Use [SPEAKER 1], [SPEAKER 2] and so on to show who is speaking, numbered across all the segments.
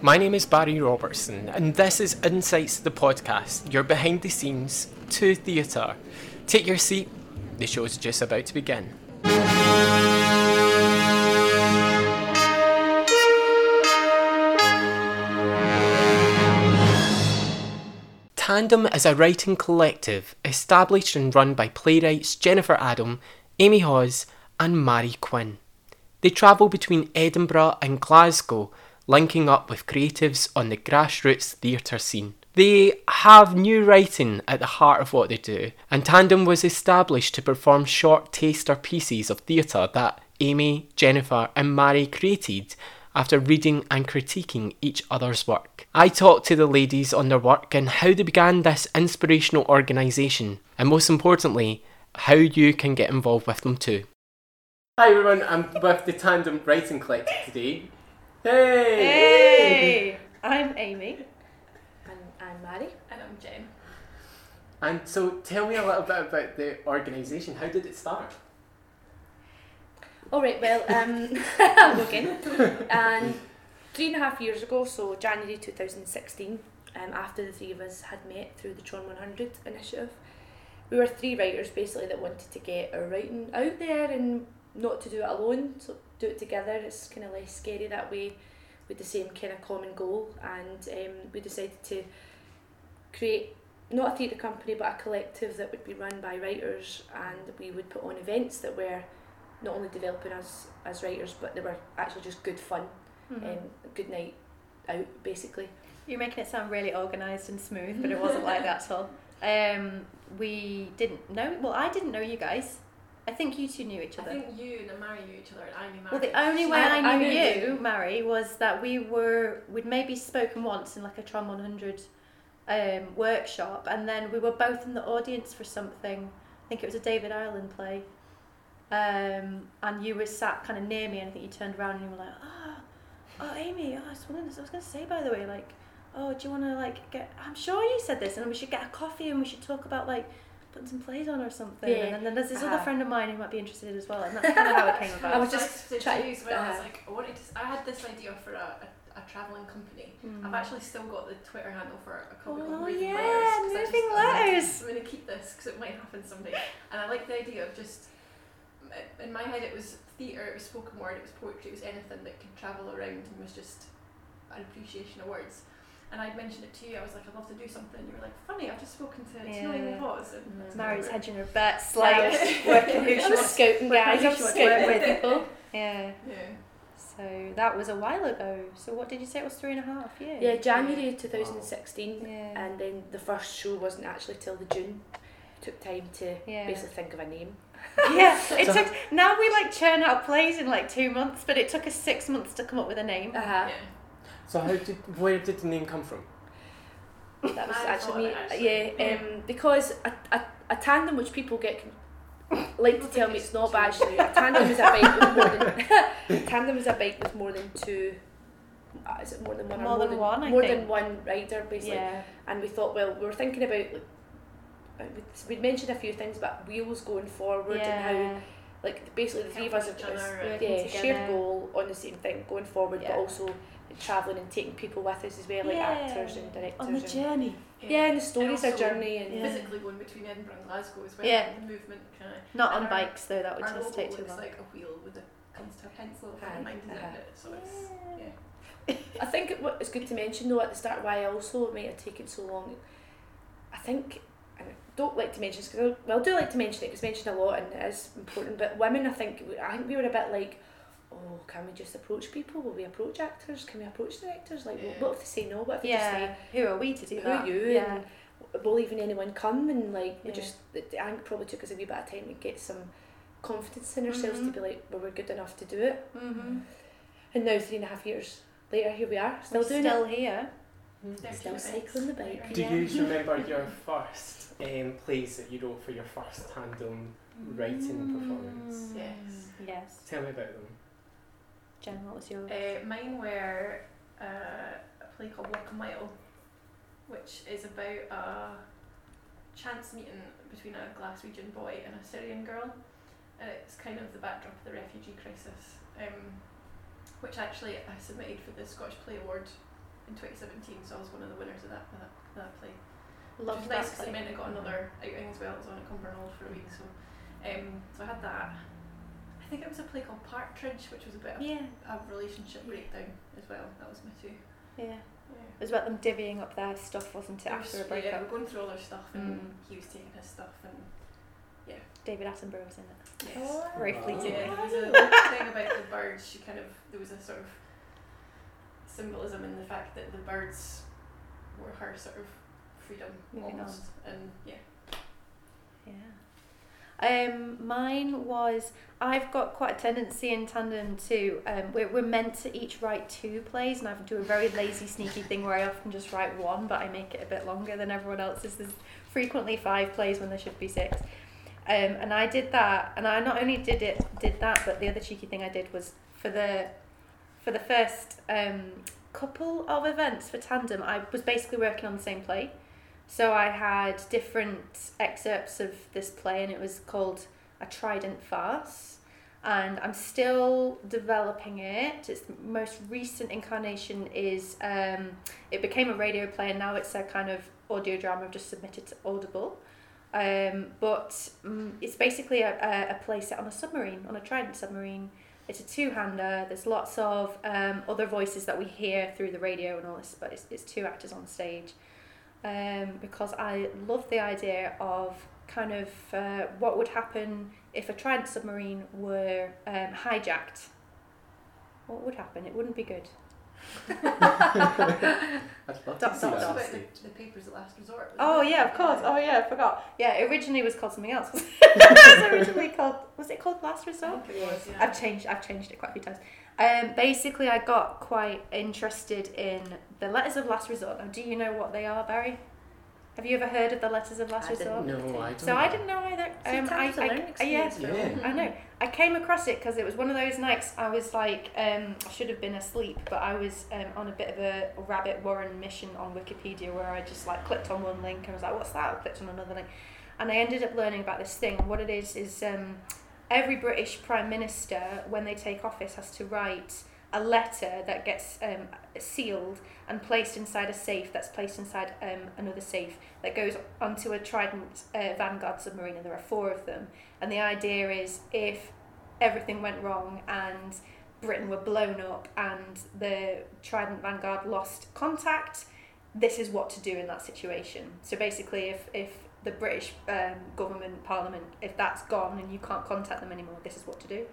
[SPEAKER 1] My name is Barry Robertson, and this is Insights the Podcast, your behind the scenes to theatre. Take your seat, the show's just about to begin. Tandem is a writing collective established and run by playwrights Jennifer Adam, Amy Hawes, and Mary Quinn. They travel between Edinburgh and Glasgow, linking up with creatives on the grassroots theatre scene. They have new writing at the heart of what they do, and Tandem was established to perform short taster pieces of theatre that Amy, Jennifer, and Mary created after reading and critiquing each other's work. I talked to the ladies on their work and how they began this inspirational organisation, and most importantly, how you can get involved with them too. Hi everyone, I'm with the Tandem Writing Collective today. Hey!
[SPEAKER 2] Hey! I'm Amy.
[SPEAKER 3] And I'm Mary.
[SPEAKER 4] And I'm Jen.
[SPEAKER 1] And so tell me a little bit about the organisation. How did it start?
[SPEAKER 3] All right, well, um, I'm looking. And three and a half years ago, so January 2016, um, after the three of us had met through the Tron 100 initiative, we were three writers basically that wanted to get our writing out there and not to do it alone, so do it together. It's kind of less scary that way with the same kind of common goal. And um, we decided to create not a theatre company but a collective that would be run by writers and we would put on events that were not only developing us as writers but they were actually just good fun
[SPEAKER 2] Mm-hmm.
[SPEAKER 3] and good night out basically
[SPEAKER 2] Um, You're making it sound really organised and smooth, but it wasn't like that at all. Um, we didn't know, well, I didn't know you guys. I think you two knew each
[SPEAKER 4] I
[SPEAKER 2] other.
[SPEAKER 4] think you and Mary knew each other and I knew Mary.
[SPEAKER 2] well, the only way I,
[SPEAKER 3] I- I
[SPEAKER 2] knew
[SPEAKER 3] knew
[SPEAKER 2] you, Mary, was that we were, we'd maybe spoken once in like a Tram 100 um, workshop, and then we were both in the audience for something. I think it was a David Ireland play. Um, and you were sat kind of near me, and I think you turned around and you were like, oh, oh Amy, oh, I was wondering, I was going to say, by the way, like, oh, do you want to, like, get, I'm sure you said this, and we should get a coffee and we should talk about, like, putting some plays on or something.
[SPEAKER 3] Yeah.
[SPEAKER 2] And then there's this
[SPEAKER 3] Uh-huh.
[SPEAKER 2] other friend of mine who might be interested as well, and that's kind of how it came
[SPEAKER 4] I
[SPEAKER 2] about.
[SPEAKER 3] was
[SPEAKER 4] was
[SPEAKER 3] just
[SPEAKER 4] just
[SPEAKER 3] trying-
[SPEAKER 4] to you as well. I was
[SPEAKER 3] uh,
[SPEAKER 4] like, I wanted to. s- I had this idea for a, a, a travelling company.
[SPEAKER 3] Mm.
[SPEAKER 4] I've actually still got the Twitter handle for a company
[SPEAKER 2] Oh,
[SPEAKER 4] called Moving
[SPEAKER 2] yeah,
[SPEAKER 4] Letters. 'cause I just-
[SPEAKER 2] Moving
[SPEAKER 4] I was like,
[SPEAKER 2] Letters.
[SPEAKER 4] I'm going to keep this because it might happen someday. And I like the idea of just. In my head, it was theatre, it was spoken word, it was poetry, it was anything that could travel around and was just an appreciation of words. And I'd mentioned it to you, I was like, I'd love to do something. You were like, funny, I've just spoken to, to Noel
[SPEAKER 2] Yeah.
[SPEAKER 4] and Hawes. And
[SPEAKER 2] Mm.
[SPEAKER 4] that's
[SPEAKER 2] Mary's
[SPEAKER 4] where-
[SPEAKER 2] hedging her bets, like,
[SPEAKER 4] Like-
[SPEAKER 2] working who
[SPEAKER 4] I'm
[SPEAKER 2] she
[SPEAKER 3] I'm
[SPEAKER 2] wants.
[SPEAKER 3] scouting guys
[SPEAKER 2] guys,
[SPEAKER 3] I'm
[SPEAKER 2] I'm
[SPEAKER 3] scouting
[SPEAKER 2] scouting
[SPEAKER 3] people
[SPEAKER 2] Yeah.
[SPEAKER 4] Yeah.
[SPEAKER 2] So that was a while ago. So what did you say it was three and a half years?
[SPEAKER 3] yeah January 2016
[SPEAKER 2] Yeah.
[SPEAKER 3] and then the first show wasn't actually till the June took time to
[SPEAKER 2] Yeah.
[SPEAKER 3] basically think of a name
[SPEAKER 2] yeah. It
[SPEAKER 1] So-
[SPEAKER 2] took. Now we like churn out plays in like two months, but it took us six months to come up with a name.
[SPEAKER 3] uh-huh.
[SPEAKER 4] yeah.
[SPEAKER 1] So how did where did the name come from?
[SPEAKER 3] that was
[SPEAKER 4] I thought
[SPEAKER 3] actually me
[SPEAKER 4] that actually-
[SPEAKER 3] yeah um, because a, a, a tandem which people get like to tell
[SPEAKER 4] People think
[SPEAKER 3] me
[SPEAKER 4] it's
[SPEAKER 3] it's not
[SPEAKER 4] two.
[SPEAKER 3] but actually a tandem is a bike with more than tandem is a bike with more than two uh, is it more than one or
[SPEAKER 2] More than one, I
[SPEAKER 3] more than
[SPEAKER 2] think.
[SPEAKER 3] one rider basically
[SPEAKER 2] yeah.
[SPEAKER 3] and we thought, well, we were thinking about like, uh, we'd- we'd mentioned a few things about wheels going forward and how,
[SPEAKER 2] Yeah.
[SPEAKER 3] like, basically the three of us
[SPEAKER 4] Helping
[SPEAKER 3] have
[SPEAKER 4] each
[SPEAKER 3] got this
[SPEAKER 4] other and-
[SPEAKER 2] Yeah.
[SPEAKER 3] yeah,
[SPEAKER 2] working
[SPEAKER 3] shared
[SPEAKER 2] together.
[SPEAKER 3] goal on the same thing going forward, but
[SPEAKER 2] Yeah.
[SPEAKER 3] also travelling and taking people with us as well, like
[SPEAKER 2] Yeah.
[SPEAKER 3] actors and directors.
[SPEAKER 2] On the
[SPEAKER 3] and,
[SPEAKER 2] journey.
[SPEAKER 3] Yeah, and the stories, our
[SPEAKER 4] also
[SPEAKER 3] journey, and
[SPEAKER 2] Yeah.
[SPEAKER 4] physically going between Edinburgh and Glasgow as well.
[SPEAKER 2] Yeah.
[SPEAKER 4] The movement kind of.
[SPEAKER 2] Not
[SPEAKER 4] And
[SPEAKER 2] on
[SPEAKER 4] our-
[SPEAKER 2] bikes though. That would
[SPEAKER 4] Our
[SPEAKER 2] just
[SPEAKER 4] logo
[SPEAKER 2] take
[SPEAKER 4] looks
[SPEAKER 2] too long.
[SPEAKER 4] like a wheel with a comes to a pencil
[SPEAKER 3] Aye,
[SPEAKER 4] and a mountain
[SPEAKER 3] uh-huh.
[SPEAKER 4] in it. So it's yeah.
[SPEAKER 3] I think it, wa- it's good to mention though at the start why also it might have taken so long. I think and I don't like to mention this because well I do like to mention it. It's mentioned a lot and it is important. But women, I think we- I think we were a bit like, oh, can we just approach people? Will we approach actors? Can we approach directors? Like,
[SPEAKER 4] Yeah.
[SPEAKER 3] what if they say no? What if they
[SPEAKER 2] yeah. Who are we to
[SPEAKER 3] just say
[SPEAKER 2] do
[SPEAKER 3] who
[SPEAKER 2] that?
[SPEAKER 3] are you?
[SPEAKER 2] Yeah.
[SPEAKER 3] And will even anyone come? And like we
[SPEAKER 2] Yeah.
[SPEAKER 3] just it, I think it probably took us a wee bit of time to get some confidence in ourselves
[SPEAKER 2] Mhm.
[SPEAKER 3] to be like, well, we're good enough to do it.
[SPEAKER 2] Mm-hmm.
[SPEAKER 3] And now three and a half years later, here we are, still
[SPEAKER 2] We're
[SPEAKER 3] doing it.
[SPEAKER 2] still here.
[SPEAKER 4] There's
[SPEAKER 3] Still
[SPEAKER 4] two bits.
[SPEAKER 3] cycling the bike.
[SPEAKER 4] Right.
[SPEAKER 1] Do
[SPEAKER 2] Yeah.
[SPEAKER 1] you remember your first um, plays that you wrote for your first tandem writing performance?
[SPEAKER 4] Yes.
[SPEAKER 2] Yes.
[SPEAKER 1] Tell me about them.
[SPEAKER 2] Jen, what was your?
[SPEAKER 4] Uh, mine were uh, a play called Walk a Mile, which is about a chance meeting between a Glaswegian boy and a Syrian girl. And it's kind of the backdrop of the refugee crisis, um, which actually I submitted for the Scottish Play Award in 2017, so I was one of the winners of that that, that play.
[SPEAKER 2] Love
[SPEAKER 4] Which was
[SPEAKER 2] that
[SPEAKER 4] nice because it
[SPEAKER 2] play.
[SPEAKER 4] meant I got another outing as well. It was on at Cumbernauld for a week, so um, so I had that. I think it was a play called Partridge, which was a bit of
[SPEAKER 2] Yeah,
[SPEAKER 4] a relationship
[SPEAKER 3] Yeah.
[SPEAKER 4] breakdown as well. That was my two.
[SPEAKER 2] yeah.
[SPEAKER 4] Yeah.
[SPEAKER 2] It was about them divvying up their stuff, wasn't it,
[SPEAKER 4] There
[SPEAKER 2] after a
[SPEAKER 4] was- yeah,
[SPEAKER 2] breakup?
[SPEAKER 4] we're going through all our stuff, and
[SPEAKER 2] Mm.
[SPEAKER 4] he was taking his stuff, and
[SPEAKER 2] David Attenborough was in it.
[SPEAKER 4] yes.
[SPEAKER 2] Very
[SPEAKER 1] Wow.
[SPEAKER 2] fleeting.
[SPEAKER 4] Yeah, there was a little thing about the birds. She kind of there was a sort of symbolism in the fact that the birds were her sort of freedom
[SPEAKER 2] Moving on.
[SPEAKER 4] almost, and yeah,
[SPEAKER 2] Yeah. Um, mine was I've got quite a tendency in tandem to um, we're, we're meant to each write two plays, and I do a very lazy, sneaky thing where I often just write one, but I make it a bit longer than everyone else's. There's frequently five plays when there should be six. Um, and I did that, and I not only did it did that, but the other cheeky thing I did was for the for the first um, couple of events for tandem, I was basically working on the same play. So I had different excerpts of this play, and it was called A Trident Farce. And I'm still developing it. Its most recent incarnation is um, it became a radio play, and now it's a kind of audio drama I've just submitted to Audible. Um, but mm it's basically a, a, a play set on a submarine, on a Trident submarine. It's a two hander, there's lots of um, other voices that we hear through the radio and all this, but it's, it's two actors on stage um, because I love the idea of kind of uh, what would happen if a Trident submarine were um, hijacked. What would happen? It wouldn't be good.
[SPEAKER 1] I'd love
[SPEAKER 2] Dot,
[SPEAKER 1] to see
[SPEAKER 2] dot,
[SPEAKER 4] That's
[SPEAKER 1] that
[SPEAKER 2] dot.
[SPEAKER 1] on
[SPEAKER 4] about
[SPEAKER 1] stage.
[SPEAKER 4] the, the papers at last resort. wasn't
[SPEAKER 2] Oh
[SPEAKER 4] it?
[SPEAKER 2] yeah, of course. Oh yeah, I forgot. Yeah, it originally was called something else. it was originally called. Was it called Last
[SPEAKER 4] I
[SPEAKER 2] Resort?
[SPEAKER 4] think it was, yeah.
[SPEAKER 2] I've changed. I've changed it quite a few times. Um, basically, I got quite interested in the letters of last resort. Now, do you know what they are, Barry? Have you ever heard of the letters of last
[SPEAKER 3] I
[SPEAKER 2] resort?
[SPEAKER 3] didn't
[SPEAKER 1] No, I don't.
[SPEAKER 2] So I didn't Mm-hmm. know either.
[SPEAKER 3] See,
[SPEAKER 2] Um, I,
[SPEAKER 3] time's a
[SPEAKER 2] I,
[SPEAKER 3] learning
[SPEAKER 2] I, yeah,
[SPEAKER 3] experience,
[SPEAKER 1] Yeah.
[SPEAKER 2] I know. I came across it because it was one of those nights I was like, um, I should have been asleep, but I was um, on a bit of a rabbit warren mission on Wikipedia where I just like clicked on one link and was like, what's that? clicked on another link. And I ended up learning about this thing. What it is is um, every British Prime Minister, when they take office, has to write a letter that gets um, sealed and placed inside a safe that's placed inside um, another safe that goes onto a Trident uh, Vanguard submarine, and there are four of them. And the idea is if everything went wrong and Britain were blown up and the Trident Vanguard lost contact, this is what to do in that situation. So basically, if, if the British um, government, parliament, if that's gone and you can't contact them anymore, this is what to do.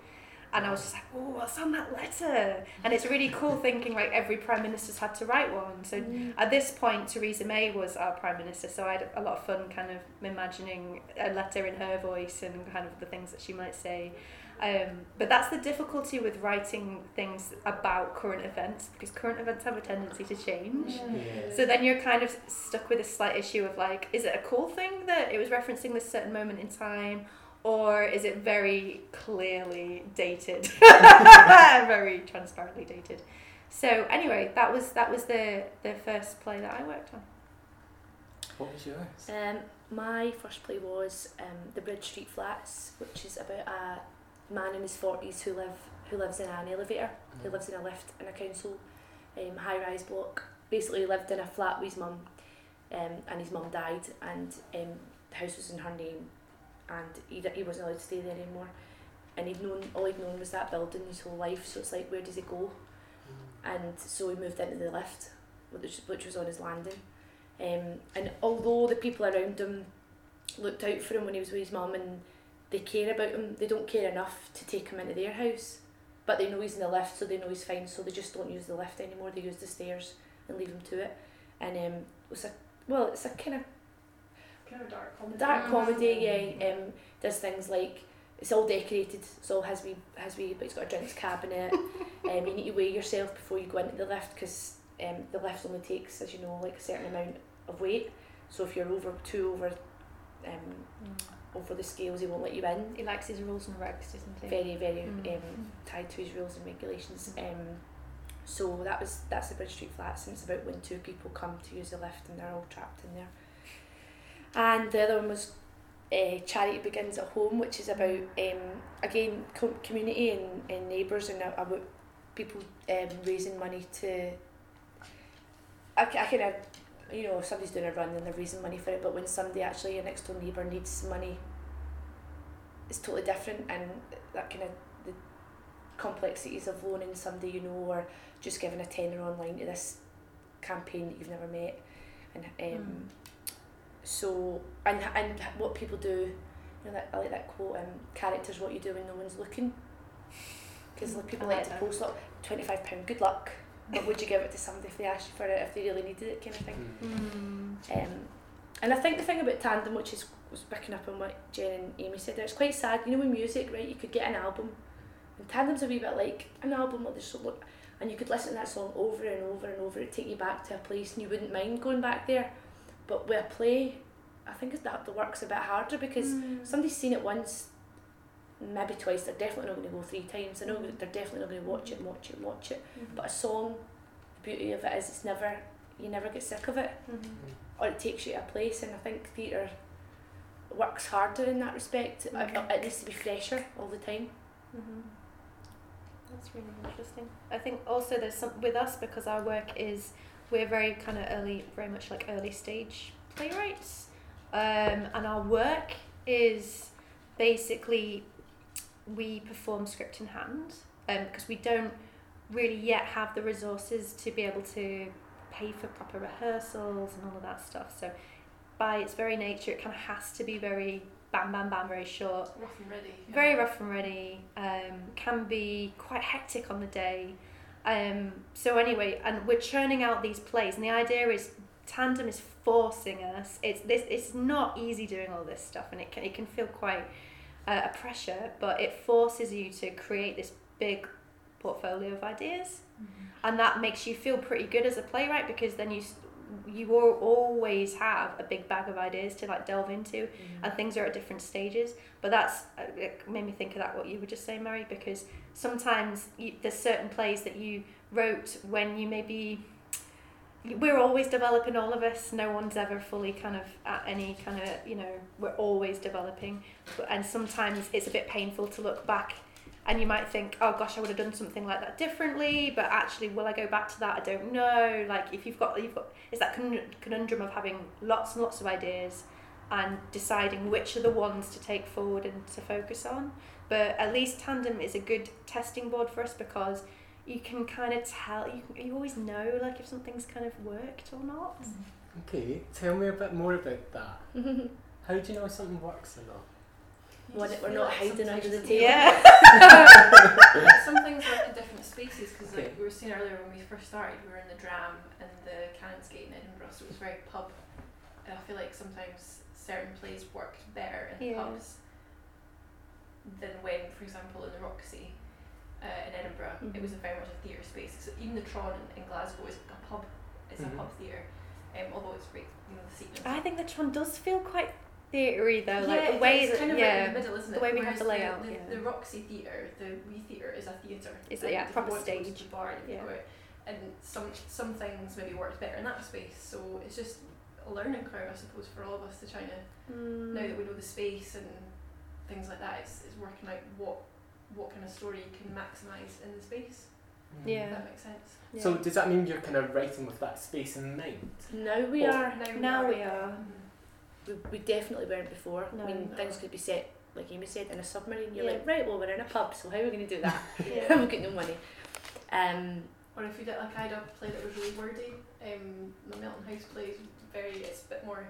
[SPEAKER 2] And I was just like, oh, what's on that letter? And it's really cool thinking like every prime minister's had to write one. So at this point, Theresa May was our Prime Minister, so I had a lot of fun kind of imagining a letter in her voice and kind of the things that she might say. Um, but that's the difficulty with writing things about current events, because current events have a tendency to change.
[SPEAKER 1] Yeah.
[SPEAKER 2] So then you're kind of stuck with this slight issue of like, is it a cool thing that it was referencing this certain moment in time, or is it very clearly dated, very transparently dated? So anyway, that was that was the the first play that I worked on.
[SPEAKER 1] What was yours?
[SPEAKER 3] Um, my first play was um, The Bridge Street Flats, which is about a man in his forties who live who lives in an elevator,
[SPEAKER 1] Mm.
[SPEAKER 3] who lives in a lift in a council um, high rise block. Basically, he lived in a flat with his mum, um, and his mum died, and um, the house was in her name, and he, d- he wasn't allowed to stay there anymore. And he'd known all he'd known was that building his whole life, so it's like where does he go?
[SPEAKER 1] Mm.
[SPEAKER 3] And so he moved into the lift, which, which was on his landing. Um, and although the people around him looked out for him when he was with his mum and they care about him, they don't care enough to take him into their house. But they know he's in the lift, so they know he's fine, so they just don't use the lift anymore, they use the stairs and leave him to it. And um, it's a, well, it's a kind of
[SPEAKER 4] kind of a dark comedy.
[SPEAKER 3] dark
[SPEAKER 4] Mm.
[SPEAKER 3] comedy, yeah. Um, does things like it's all decorated, it's all has we has we, but it's got a drinks cabinet. um, you need to weigh yourself before you go into the lift because um, the lift only takes, as you know, like a certain amount of weight. So if you're over two over, um, over the scales, he won't let you in.
[SPEAKER 2] He likes his rules and regs, doesn't he?
[SPEAKER 3] Very, very
[SPEAKER 2] Mm.
[SPEAKER 3] um, tied to his rules and regulations. Um, so that was that's the Bridge Street Flats, and it's about when two people come to use the lift and they're all trapped in there. And the other one was uh, Charity Begins at Home, which is about um, again com- community and, and neighbours and about people um, raising money to I, ca- I kind of, you know, if somebody's doing a run and they're raising money for it, but when somebody actually, your next door neighbour needs money, it's totally different and that kind of, the complexities of loaning somebody you know or just giving a tenner online to this campaign that you've never met. And um,
[SPEAKER 2] Hmm.
[SPEAKER 3] so, and, and what people do, you know, that, I like that quote, um, character's what you do when no one's looking. Because
[SPEAKER 2] Mm,
[SPEAKER 3] people
[SPEAKER 2] I
[SPEAKER 3] like
[SPEAKER 2] like
[SPEAKER 3] to
[SPEAKER 2] that.
[SPEAKER 3] post up £25, good luck. But would you give it to somebody if they asked you for it, if they really needed it, kind of thing? Um, and I think the thing about Tandem, which is was picking up on what Jen and Amy said there, it's quite sad. You know, with music, right, you could get an album, and Tandem's a wee bit like an album, like there's so lo- and you could listen to that song over and over and over, it'd take you back to a place, and you wouldn't mind going back there. But with a play, I think it's that the work's a bit harder because
[SPEAKER 4] Mm.
[SPEAKER 3] somebody's seen it once, maybe twice, they're definitely not going to go three times. I know that they're definitely not going to watch it and watch it and watch it.
[SPEAKER 2] Mm.
[SPEAKER 3] But a song, the beauty of it is it's never, you never get sick of it or it takes you to a place and I think theatre works harder in that respect. It-
[SPEAKER 2] Okay.
[SPEAKER 3] It needs to be fresher all the time.
[SPEAKER 2] hmm That's really interesting. I think also there's some with us because our work is we're very kind of early, very much like early stage playwrights, um, and our work is basically we perform script in hand because we don't really yet have the resources to be able to pay for proper rehearsals and all of that stuff. So by its very nature, it kind of has to be very bam, bam, bam, very short
[SPEAKER 4] Rough and ready. yeah.
[SPEAKER 2] very rough and ready um, can be quite hectic on the day um, so anyway and we're churning out these plays and the idea is tandem is forcing us it's this it's not easy doing all this stuff and it can, it can feel quite uh, a pressure but it forces you to create this big portfolio of ideas and that makes you feel pretty good as a playwright because then you s- you al- always have a big bag of ideas to like delve into and things are at different stages. But that's uh, it made me think of that what you were just saying, Mary, because sometimes you, there's certain plays that you wrote when you maybe we're always developing all of us no one's ever fully kind of at any kind of you know we're always developing But- and sometimes it's a bit painful to look back and you might think oh gosh i would have done something like that differently but actually will i go back to that i don't know like if you've got you've got it's that con- conundrum of having lots and lots of ideas and deciding which are the ones to take forward and to focus on. But at least tandem is a good testing board for us because you can kind of tell you, you always know like if something's kind of worked or not.
[SPEAKER 1] Okay, tell me a bit more about that.
[SPEAKER 2] Mm-hmm.
[SPEAKER 1] How do you know something works or not?
[SPEAKER 4] You
[SPEAKER 3] One
[SPEAKER 4] just
[SPEAKER 3] that we're
[SPEAKER 4] feel
[SPEAKER 3] not
[SPEAKER 4] like
[SPEAKER 3] hiding
[SPEAKER 4] sometimes
[SPEAKER 3] under the
[SPEAKER 4] you-
[SPEAKER 3] table.
[SPEAKER 2] Yeah.
[SPEAKER 4] Some things work in different spaces because,
[SPEAKER 1] Okay.
[SPEAKER 4] like we were saying earlier, when we first started, we were in the Dram and the Canonsgate in Edinburgh, so it was very pub. And I feel like sometimes certain plays worked better in
[SPEAKER 2] Yeah.
[SPEAKER 4] pubs than when, for example, in the Roxy uh, in Edinburgh,
[SPEAKER 3] Mm-hmm.
[SPEAKER 4] it was a very much a theatre space. So even the Tron in, in Glasgow is a pub. It's
[SPEAKER 1] Mhm.
[SPEAKER 4] a pub theatre, um, although it's right, you know, the seat. and
[SPEAKER 2] I think the Tron does feel quite theory though,
[SPEAKER 4] yeah,
[SPEAKER 2] like the
[SPEAKER 4] it's-
[SPEAKER 2] way
[SPEAKER 4] it's
[SPEAKER 2] that
[SPEAKER 4] kind of right in
[SPEAKER 2] yeah.
[SPEAKER 4] the middle, isn't
[SPEAKER 2] the
[SPEAKER 4] it?
[SPEAKER 2] way we have
[SPEAKER 4] Whereas
[SPEAKER 2] the layout,
[SPEAKER 4] The,
[SPEAKER 2] yeah.
[SPEAKER 4] the Roxy Theatre, the Wee Theatre is a theatre.
[SPEAKER 2] It's a-
[SPEAKER 4] and
[SPEAKER 2] yeah,
[SPEAKER 4] if you
[SPEAKER 2] proper
[SPEAKER 4] want to go to the
[SPEAKER 2] stage,
[SPEAKER 4] bar, you
[SPEAKER 2] yeah.
[SPEAKER 4] go out. And some some things maybe worked better in that space. So it's just a learning curve, I suppose, for all of us to try to
[SPEAKER 2] Mm.
[SPEAKER 4] now that we know the space and things like that. It's, it's working out what what kind of story you can maximise in the space. If
[SPEAKER 2] Yeah.
[SPEAKER 4] that makes sense.
[SPEAKER 2] yeah.
[SPEAKER 1] Mm. So does that mean you're kind of writing with that space in mind?
[SPEAKER 3] Now we
[SPEAKER 1] Well-
[SPEAKER 3] are.
[SPEAKER 2] now we are.
[SPEAKER 4] Mhm.
[SPEAKER 3] We, we definitely weren't before.
[SPEAKER 2] No.
[SPEAKER 3] I mean,
[SPEAKER 4] No.
[SPEAKER 3] things could be set, like Amy said, in a submarine. You're
[SPEAKER 2] Yeah.
[SPEAKER 3] like, right, well, we're in a pub, so how are we going to do that?
[SPEAKER 4] Mm-hmm.
[SPEAKER 2] Yeah.
[SPEAKER 3] We've got no money. Um,
[SPEAKER 4] Or if you did like I did a play that was really wordy, um, the Milton House play is very it's a bit more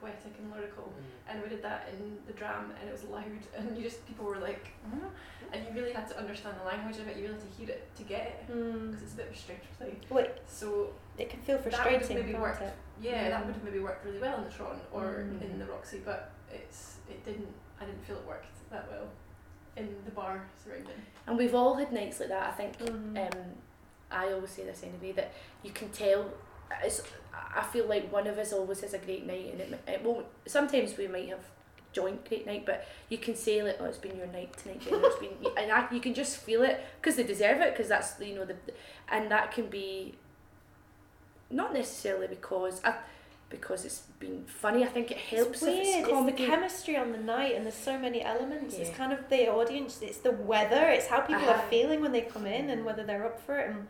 [SPEAKER 4] poetic and lyrical. and we did that in the dram and it was loud and you just people were like "Huh?" and you really had to understand the language of it you really had to hear it to get it
[SPEAKER 2] Mm.
[SPEAKER 4] because it's a bit of a strange play
[SPEAKER 2] Wait,
[SPEAKER 4] so
[SPEAKER 2] it can feel
[SPEAKER 4] that would have
[SPEAKER 2] frustrating,
[SPEAKER 4] maybe
[SPEAKER 2] can't
[SPEAKER 4] worked
[SPEAKER 2] it?
[SPEAKER 4] yeah
[SPEAKER 2] Mm.
[SPEAKER 4] that would have maybe worked really well in the Tron or
[SPEAKER 3] Mm.
[SPEAKER 4] in the Roxy but it's it didn't I didn't feel it worked that well in the bar surrounding
[SPEAKER 3] and we've all had nights like that. I think
[SPEAKER 2] Mm.
[SPEAKER 3] um, I always say this anyway that you can tell. It's, I feel like one of us always has a great night, and it, mi- it won't. Sometimes we might have joint great night, but you can say like, "Oh, it's been your night tonight," Jen, or it's been, and I, you can just feel it because they deserve it because that's you know the, and that can be. Not necessarily because I, because it's been funny. I think it helps
[SPEAKER 2] it's weird.
[SPEAKER 3] if it's comedy.
[SPEAKER 2] the chemistry on the night, and there's so many elements. It's
[SPEAKER 3] Yeah.
[SPEAKER 2] kind of the audience. It's the weather. It's how people
[SPEAKER 3] Uh-huh. Mm-hmm.
[SPEAKER 2] are feeling when they come in, and whether they're up for it, and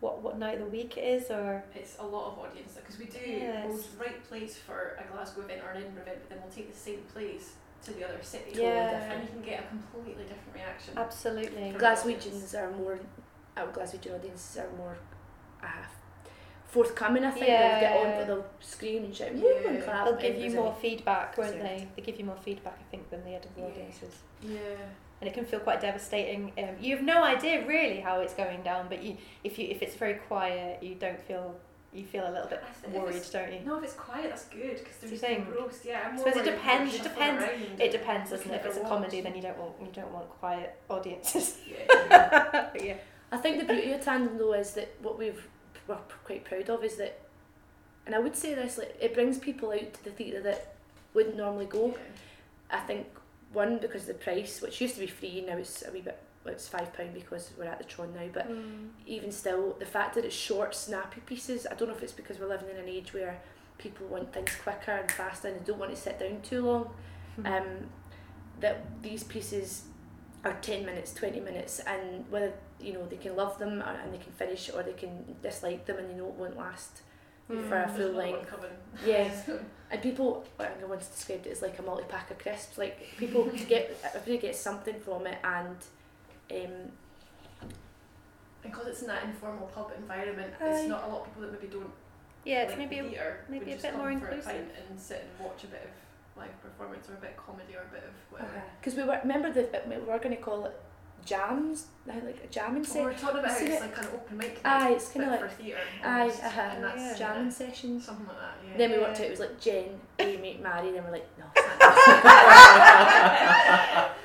[SPEAKER 2] what what night of the week it is or
[SPEAKER 4] It's a lot of audience because we do we'll
[SPEAKER 2] Yes.
[SPEAKER 4] write plays for a Glasgow event or an Edinburgh event, but then we'll take the same plays to the other city,
[SPEAKER 2] Totally Yeah.
[SPEAKER 4] and you can get a completely different reaction.
[SPEAKER 2] absolutely
[SPEAKER 3] Glaswegians are more, our Glaswegian audiences are more uh, forthcoming, I think. They'll get on,
[SPEAKER 2] Yeah.
[SPEAKER 3] but they'll scream and shout, "Woo," and
[SPEAKER 4] Yeah.
[SPEAKER 3] clap.
[SPEAKER 2] they'll give
[SPEAKER 3] and
[SPEAKER 2] you
[SPEAKER 3] there's
[SPEAKER 2] more feedback, won't
[SPEAKER 3] Correct.
[SPEAKER 2] they? They give you more feedback, I think, than the Edinburgh
[SPEAKER 4] Yeah.
[SPEAKER 2] audiences,
[SPEAKER 4] Yeah,
[SPEAKER 2] and it can feel quite devastating. Um, you have no idea really how it's going down, but you if you if it's very quiet, you don't feel you feel a little bit
[SPEAKER 4] I think if
[SPEAKER 2] worried,
[SPEAKER 4] it's-
[SPEAKER 2] don't you?
[SPEAKER 4] No, if it's quiet, that's good because
[SPEAKER 2] Do
[SPEAKER 4] they're
[SPEAKER 2] you
[SPEAKER 4] just being
[SPEAKER 2] think?
[SPEAKER 4] gross. Yeah,
[SPEAKER 2] I
[SPEAKER 4] I'm more
[SPEAKER 2] suppose it
[SPEAKER 4] worried about
[SPEAKER 2] depends, it
[SPEAKER 4] shuffling
[SPEAKER 2] depends-
[SPEAKER 4] around
[SPEAKER 2] It
[SPEAKER 4] and
[SPEAKER 2] depends, doesn't
[SPEAKER 4] looking
[SPEAKER 2] it? If
[SPEAKER 4] for
[SPEAKER 2] it's a
[SPEAKER 4] walls.
[SPEAKER 2] comedy, then you don't want you don't want quiet audiences.
[SPEAKER 4] Yeah.
[SPEAKER 2] But yeah.
[SPEAKER 3] I think the beauty of tandem though is that what we've we're p- quite proud of is that, and I would say this like it brings people out to the theatre that wouldn't normally go. I think one because the price, which used to be free, now it's a wee bit well, it's five pound because we're at the Tron now. But
[SPEAKER 2] Mm.
[SPEAKER 3] even still, the fact that it's short, snappy pieces. I don't know if it's because we're living in an age where people want things quicker and faster and they don't want to sit down too long. um, that these pieces are 10 minutes 20 minutes and whether you know they can love them or, and they can finish or they can dislike them and you know it won't last
[SPEAKER 2] Mm.
[SPEAKER 3] for a
[SPEAKER 4] There's
[SPEAKER 3] full
[SPEAKER 4] no one
[SPEAKER 3] length
[SPEAKER 4] coming.
[SPEAKER 3] yeah and people I think I once described it as like a multi-pack of crisps like people get everybody gets something from it and um,
[SPEAKER 4] Because it's in that informal pub environment,
[SPEAKER 2] Aye.
[SPEAKER 4] it's not a lot of people that maybe don't
[SPEAKER 2] yeah, it's
[SPEAKER 4] like
[SPEAKER 2] maybe a,
[SPEAKER 4] theatre
[SPEAKER 2] maybe
[SPEAKER 4] would
[SPEAKER 2] a
[SPEAKER 4] just
[SPEAKER 2] bit
[SPEAKER 4] come
[SPEAKER 2] more
[SPEAKER 4] for a
[SPEAKER 2] inclusive.
[SPEAKER 4] pint and sit and watch a bit of live performance or a bit of comedy or a bit of whatever.
[SPEAKER 3] because we were remember the uh, we were going to call it jams like a jamming
[SPEAKER 4] Well,
[SPEAKER 3] session
[SPEAKER 4] we're talking about how
[SPEAKER 3] see
[SPEAKER 4] it's
[SPEAKER 3] that-
[SPEAKER 4] like an open mic night,
[SPEAKER 3] aye it's kind
[SPEAKER 4] but
[SPEAKER 3] of like
[SPEAKER 4] for theatre.
[SPEAKER 3] aye
[SPEAKER 4] almost,
[SPEAKER 3] uh-huh,
[SPEAKER 4] and that's
[SPEAKER 2] yeah.
[SPEAKER 3] jamming sessions
[SPEAKER 4] something like that. Yeah.
[SPEAKER 3] Then we worked
[SPEAKER 2] Yeah.
[SPEAKER 3] out it was like Jen, Amy, Mary, then we're like, no.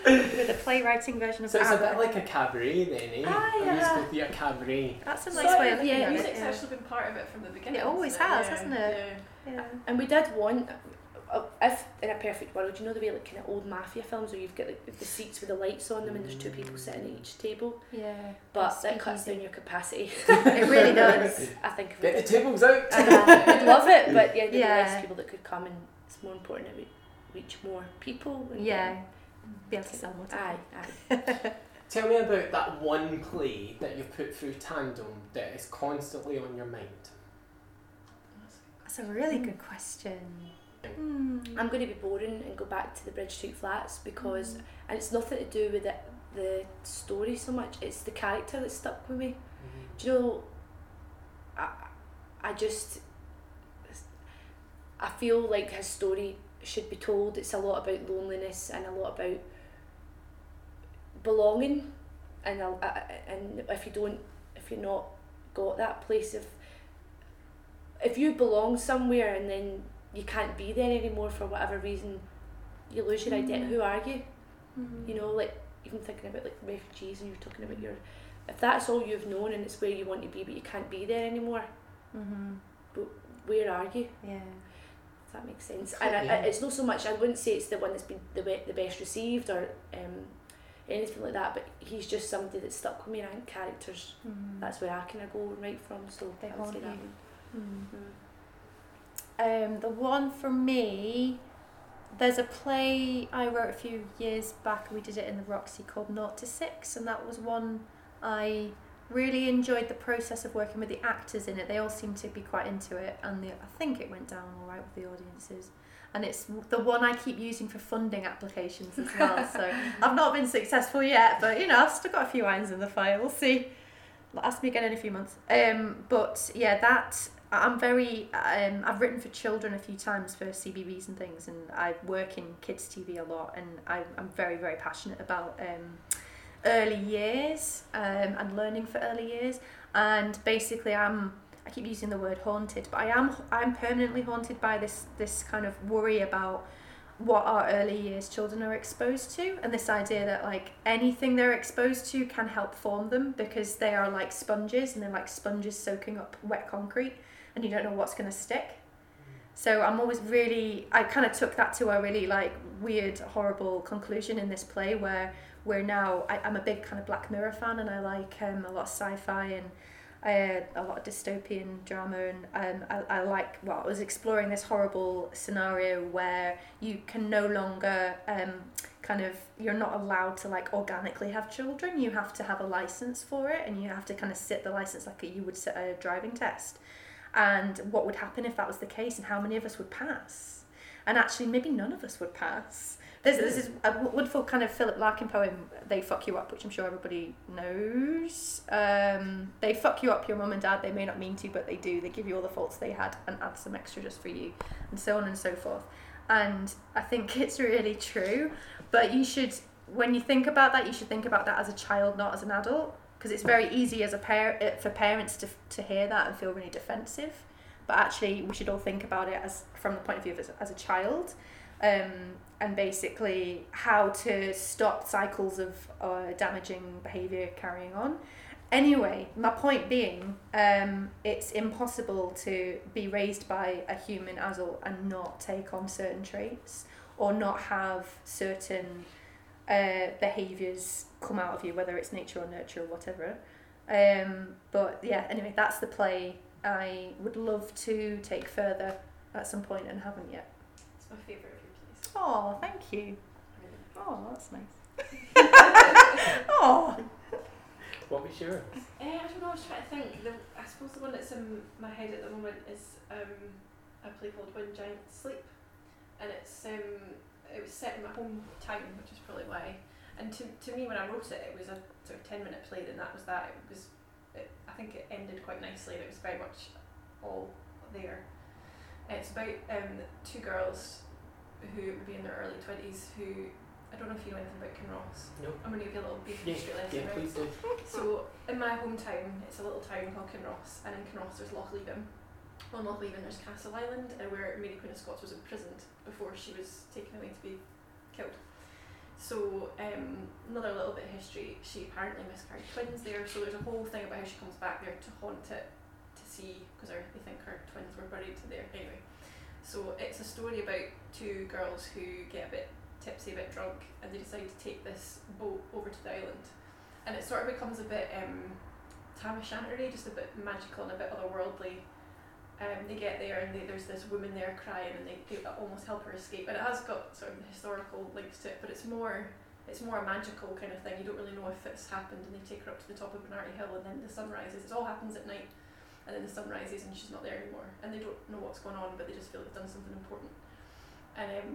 [SPEAKER 2] with a playwriting version of
[SPEAKER 1] So it's a bit
[SPEAKER 2] ABBA.
[SPEAKER 1] like a cabaret then, eh?
[SPEAKER 2] Ah,
[SPEAKER 1] A musical
[SPEAKER 2] yeah.
[SPEAKER 1] theatre cabaret.
[SPEAKER 2] That's a
[SPEAKER 3] So,
[SPEAKER 2] nice way of looking
[SPEAKER 3] yeah,
[SPEAKER 2] at it.
[SPEAKER 4] music's
[SPEAKER 2] yeah.
[SPEAKER 4] actually been part of it from the beginning.
[SPEAKER 2] always has,
[SPEAKER 4] hasn't yeah,
[SPEAKER 2] hasn't it? Yeah.
[SPEAKER 3] And we did one, uh, if in a perfect world, you know the way like kind of old mafia films where you've got like, the seats with the lights on them and there's two people sitting at each table,
[SPEAKER 2] Yeah.
[SPEAKER 3] but that cuts down your capacity.
[SPEAKER 2] It really does.
[SPEAKER 3] I think if we
[SPEAKER 1] Get the
[SPEAKER 3] did-
[SPEAKER 1] tables out!
[SPEAKER 3] I would love it, but yeah, there'd
[SPEAKER 2] Yeah.
[SPEAKER 3] be less people that could come and it's more important that we reach more people. And
[SPEAKER 2] Yeah. Be able to
[SPEAKER 3] Take
[SPEAKER 2] sell more.
[SPEAKER 3] them. Aye, aye.
[SPEAKER 1] Tell me about that one play that you've put through tandem that is constantly on your mind.
[SPEAKER 2] That's a really
[SPEAKER 3] Mm.
[SPEAKER 2] good question.
[SPEAKER 3] I'm going to be boring and go back to the Bridge Street Flats because, and it's nothing to do with the, the story so much. It's the character that stuck with me.
[SPEAKER 1] Mm-hmm.
[SPEAKER 3] Do you know? I, I just, I feel like his story should be told. It's a lot about loneliness and a lot about belonging, and a, a, a- and if you don't, if you're not got that place of, if you belong somewhere and then you can't be there anymore for whatever reason, you lose your identity. Who are you? You know, like even thinking about like refugees and you're talking about your, if that's all you've known and it's where you want to be but you can't be there anymore,
[SPEAKER 2] Mm-hmm.
[SPEAKER 3] where are you?
[SPEAKER 2] Yeah.
[SPEAKER 3] If that makes sense.
[SPEAKER 1] Could
[SPEAKER 3] And I, I,
[SPEAKER 1] be.
[SPEAKER 3] it's not so much. I wouldn't say it's the one that's been the be, the best received or um, anything like that. But he's just somebody that stuck with me. And I think characters. That's where I kind of go right from. So
[SPEAKER 2] They
[SPEAKER 3] I would say
[SPEAKER 2] haunt
[SPEAKER 3] that.
[SPEAKER 2] you.
[SPEAKER 3] one. Mm.
[SPEAKER 2] Um, the one for me, there's a play I wrote a few years back. We did it in the Roxy called Naught to Six, and that was one I really enjoyed the process of working with the actors in it. They all seemed to be quite into it, and the, I think it went down all right with the audiences. And it's the one I keep using for funding applications as well. So I've not been successful yet, but you know I've still got a few irons in the fire. We'll see. Ask me again in a few months. Um, but yeah, that I- I'm very. Um, I've written for children a few times for CBBS and things, and I work in kids TV a lot, and I, I'm very very passionate about um, early years um, and learning for early years. And basically, I'm. I keep using the word haunted, but I am. I'm permanently haunted by this this kind of worry about what our early years children are exposed to and this idea that like anything they're exposed to can help form them because they are like sponges and they're like sponges soaking up wet concrete and you don't know what's going to stick so i'm always really i kind of took that to a really like weird horrible conclusion in this play where we're now I, i'm a big kind of black mirror fan and i like um, a lot of sci-fi and uh, a lot of dystopian drama, and um, I, I like. Well, I was exploring this horrible scenario where you can no longer um, kind of you're not allowed to like organically have children. You have to have a license for it, and you have to kind of sit the license like you would sit a driving test. And what would happen if that was the case, and how many of us would pass? And actually, maybe none of us would pass. There's, there's this a wonderful kind of Philip Larkin poem, They Fuck You Up, which I'm sure everybody knows. Um, they fuck you up, your mum and dad. They may not mean to, but they do. They give you all the faults they had and add some extra just for you, and so on and so forth. And I think it's really true. But you should, when you think about that, you should think about that as a child, not as an adult. Because it's very easy as a parent for parents to, to hear that and feel really defensive. But actually, we should all think about it as from the point of view of as, as a child um, and basically how to stop cycles of uh, damaging behavior carrying on. Anyway, my point being, um, it's impossible to be raised by a human adult and not take on certain traits or not have certain uh, behaviors come out of you, whether it's nature or nurture or whatever. Um, but yeah, anyway, that's the play I would love to take further at some point and haven't yet.
[SPEAKER 4] It's my favourite of your plays.
[SPEAKER 2] Oh, thank you.
[SPEAKER 4] Really.
[SPEAKER 2] Oh, that's nice. oh,
[SPEAKER 1] What was yours?
[SPEAKER 4] Eh, I don't know. I was trying to think. The, I suppose the one that's in my head at the moment is um, a play called When Giants Sleep, and it's um, it was set in my hometown, which is probably why. And to, to me, when I wrote it, it was a sort of ten minute play, and that was that. It was, it, I think it ended quite nicely. and It was very much all there. And It's about um, two girls who would be in their early twenties who I don't know if you know anything about Kinross.
[SPEAKER 1] No.
[SPEAKER 4] I'm gonna give you a little brief
[SPEAKER 1] Yeah,
[SPEAKER 4] history lesson.
[SPEAKER 1] yeah,
[SPEAKER 4] right?
[SPEAKER 1] please do.
[SPEAKER 4] So in my hometown, it's a little town called Kinross, and in Kinross there's Loch Leven. On Loch Leven there's Castle Island, uh, where Mary Queen of Scots was imprisoned before she was taken away to be killed. So um, another little bit of history. She apparently miscarried twins there, so there's a whole thing about how she comes back there to haunt it, to see because they think her twins were buried there anyway. So it's a story about two girls who get a bit tipsy, a bit drunk, and they decide to take this boat over to the island and it sort of becomes a bit um, Tam O'Shantery, just a bit magical and a bit otherworldly. Um, they get there and they, there's this woman there crying and they, they almost help her escape. And it has got sort of the historical links to it, but it's more it's more a magical kind of thing. You don't really know if it's happened. And they take her up to the top of Bernardi Hill and then the sun rises. It all happens at night, and then the sun rises and she's not there anymore. And they don't know what's going on, but they just feel they've done something important. And um,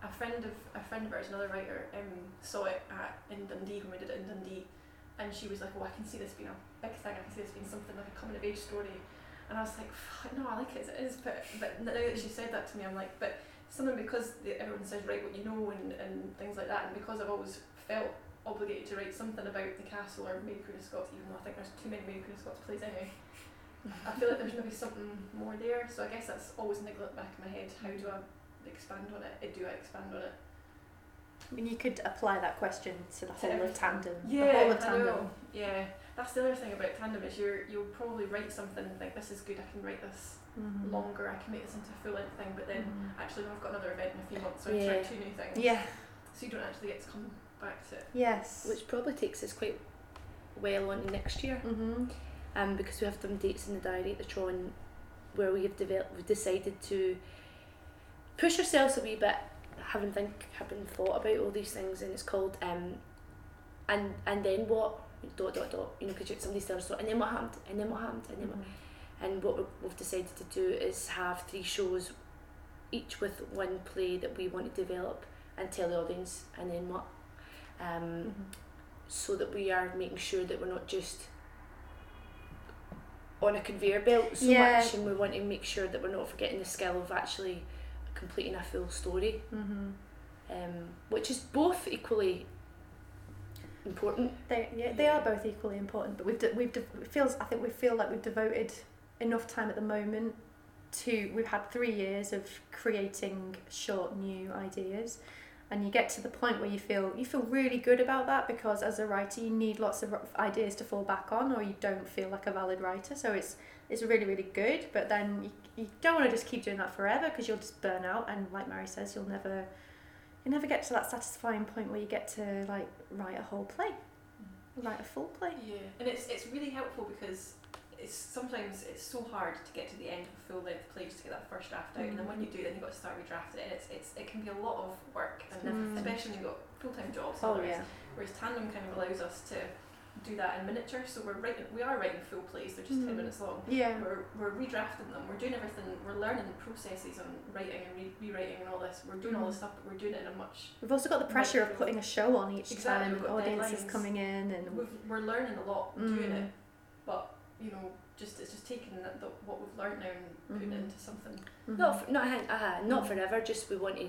[SPEAKER 4] a friend of a friend of ours, another writer, um, saw it at, in Dundee when we did it in Dundee, and she was like, "Oh, I can see this being a big thing. I can see this being something like a coming of age story." And I was like, "Fuck, "No, I like it as it is." But but now that she said that to me, I'm like, "But something because the, everyone says write what you know and, and things like that, and because I've always felt obligated to write something about the castle or Mary Queen of Scots, even though I think there's too many Mary Queen of Scots plays anyway." I feel like there's maybe something more there, so I guess that's always niggle at the back of my head. How do I expand on it? Do I expand on it?
[SPEAKER 2] I mean, you could apply that question to the
[SPEAKER 4] To
[SPEAKER 2] whole of
[SPEAKER 4] everything.
[SPEAKER 2] tandem.
[SPEAKER 4] Yeah,
[SPEAKER 2] the whole of
[SPEAKER 4] I
[SPEAKER 2] tandem.
[SPEAKER 4] know. Yeah, that's the other thing about tandem is you're you'll probably write something and think this is good. I can write this
[SPEAKER 2] Mhm.
[SPEAKER 4] longer. I can make this into a full length thing. But then
[SPEAKER 2] Mhm.
[SPEAKER 4] actually, no, I've got another event in a few months, so I have to
[SPEAKER 3] Yeah.
[SPEAKER 4] write two new things.
[SPEAKER 2] Yeah.
[SPEAKER 4] So you don't actually get to come back to it.
[SPEAKER 2] Yes.
[SPEAKER 3] Which probably takes us quite well on to next year.
[SPEAKER 2] Mm-hmm.
[SPEAKER 3] um, because we have some dates in the diary at the Tron where we have developed, we've decided to push ourselves a wee bit, having think, having thought about all these things, and it's called um, and and then what dot dot dot you know because somebody's telling us what, and then what happened and then what happened and
[SPEAKER 2] Mm-hmm.
[SPEAKER 3] then what, and what we've- we've decided to do is have three shows, each with one play that we want to develop and tell the audience, and then what. Um,
[SPEAKER 2] Mm-hmm.
[SPEAKER 3] so that we are making sure that we're not just on a conveyor belt so
[SPEAKER 2] Yeah.
[SPEAKER 3] much and we want to make sure that we're not forgetting the skill of actually completing a full story
[SPEAKER 2] Mm-hmm.
[SPEAKER 3] um, which is both equally important
[SPEAKER 2] They yeah, they are both equally important, but we've de- we've de- it feels I think we feel like we've devoted enough time at the moment to we've had three years of creating short new ideas, and you get to the point where you feel you feel really good about that because as a writer you need lots of r- ideas to fall back on, or you don't feel like a valid writer. So it's it's really really good, but then you, you don't want to just keep doing that forever because you'll just burn out, and like Mary says, you'll never. You never get to that satisfying point where you get to
[SPEAKER 4] Mm.
[SPEAKER 2] like write a whole play. Like a full play.
[SPEAKER 4] Yeah, and it's it's really helpful because it's sometimes it's so hard to get to the end of a full length play just to get that first draft out, and then when
[SPEAKER 2] Mm.
[SPEAKER 4] you do, then you've got to start redrafting it. It's, it's it can be a lot of work, and
[SPEAKER 2] Mm.
[SPEAKER 4] especially when you've got full time jobs. and
[SPEAKER 2] Oh
[SPEAKER 4] others.
[SPEAKER 2] yeah.
[SPEAKER 4] Whereas tandem kind of allows us to do that in miniature. So we're writing, we are writing full plays. They're just ten
[SPEAKER 3] Mm.
[SPEAKER 4] minutes long.
[SPEAKER 2] Yeah.
[SPEAKER 4] We're, we're redrafting them. We're doing everything. We're learning the processes on writing and re- rewriting and all this. We're doing all this stuff, but we're doing it in a much.
[SPEAKER 2] We've also got the pressure of putting a show on each
[SPEAKER 4] Exactly,
[SPEAKER 2] time,
[SPEAKER 4] we've got
[SPEAKER 2] audiences
[SPEAKER 4] deadlines.
[SPEAKER 2] coming in, and
[SPEAKER 4] We've, we're learning a lot doing
[SPEAKER 2] Mm.
[SPEAKER 4] it, but you know, just it's just taking that, the, what we've learned now and putting it
[SPEAKER 2] Mhm.
[SPEAKER 4] into something.
[SPEAKER 3] Not for, not hen- uh, not forever. Just we want to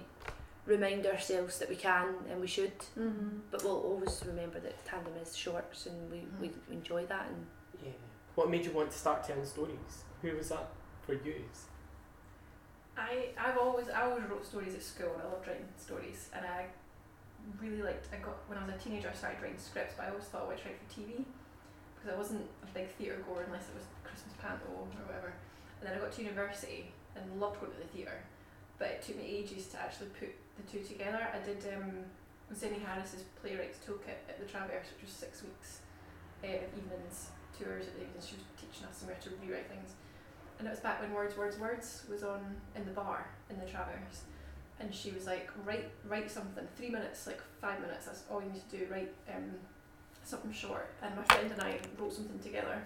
[SPEAKER 3] remind ourselves that we can and we should.
[SPEAKER 2] mm-hmm.
[SPEAKER 3] But we'll always remember that tandem is shorts and we, we, we enjoy that. And
[SPEAKER 1] Yeah. What made you want to start telling stories? Who was that for you?
[SPEAKER 4] I I've always I always wrote stories at school. and I loved writing stories, and I really liked. I got when I was a teenager, I started writing scripts, but I always thought I would write for TV because I wasn't a big theatre goer unless it was Christmas panto or whatever. And then I got to university and loved going to the theatre, but it took me ages to actually put the two together. I did um, Zinni Harris's playwrights toolkit at the Traverse, which was six weeks uh, of evenings, two hours of the evenings. She was teaching us and we had to rewrite things and it was back when Words, Words, Words was on in the bar in the Traverse, and she was like, write, write something, three minutes, like five minutes. That's all you need to do. Write um, something short. And my friend and I wrote something together,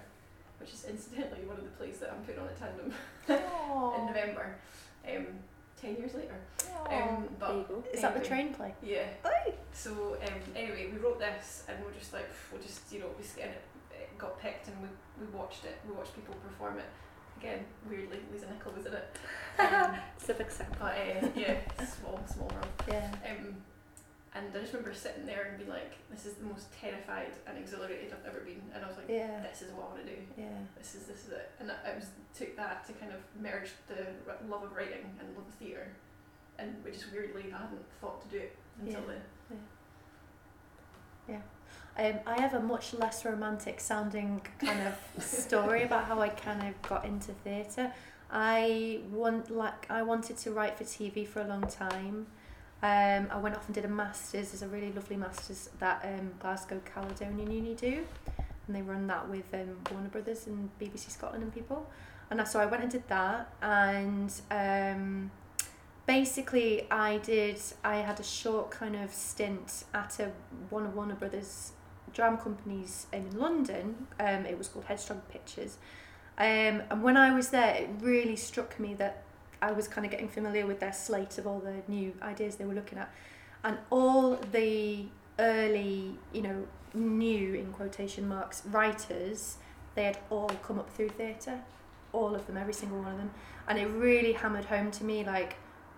[SPEAKER 4] which is incidentally one of the plays that I'm putting on at Tandem in November, um, ten years later. Um,
[SPEAKER 3] there
[SPEAKER 4] but
[SPEAKER 3] you go.
[SPEAKER 2] Is that the
[SPEAKER 4] anyway.
[SPEAKER 2] train play?
[SPEAKER 4] yeah. So um, anyway, we wrote this, and we're just like, we'll just you know, we s- and it, it got picked, and we, we watched it. We watched people perform it. Again, weirdly, Lisa Nichol was in it. Um,
[SPEAKER 3] It's a big sample.
[SPEAKER 4] but uh, yeah, small, small world.
[SPEAKER 2] Yeah.
[SPEAKER 4] Um, and I just remember sitting there and being like, this is the most terrified and exhilarated I've ever been. And I was like,
[SPEAKER 2] Yeah.
[SPEAKER 4] this is what I want to do.
[SPEAKER 2] Yeah.
[SPEAKER 4] This is this is it. And I, I was took that to kind of merge the r- love of writing and love of theatre, and we just weirdly hadn't thought to do it until
[SPEAKER 2] Yeah.
[SPEAKER 4] then.
[SPEAKER 2] Um, I have a much less romantic sounding kind of story about how I kind of got into theatre. I want like I wanted to write for TV for a long time. Um, I went off and did a masters. There's a really lovely masters that um, Glasgow Caledonian Uni do, and they run that with um, Warner Brothers and BBC Scotland and people. And I- so I went and did that, and um, basically I did. I had a short kind of stint at a one of Warner Brothers drama companies in London. Um, it was called Headstrong Pictures. Um, and when I was there, it really struck me that I was kind of getting familiar with their slate of all the new ideas they were looking at. And all the early, you know, new, in quotation marks, writers, they had all come up through theatre. All of them, every single one of them. And it really hammered home to me, like,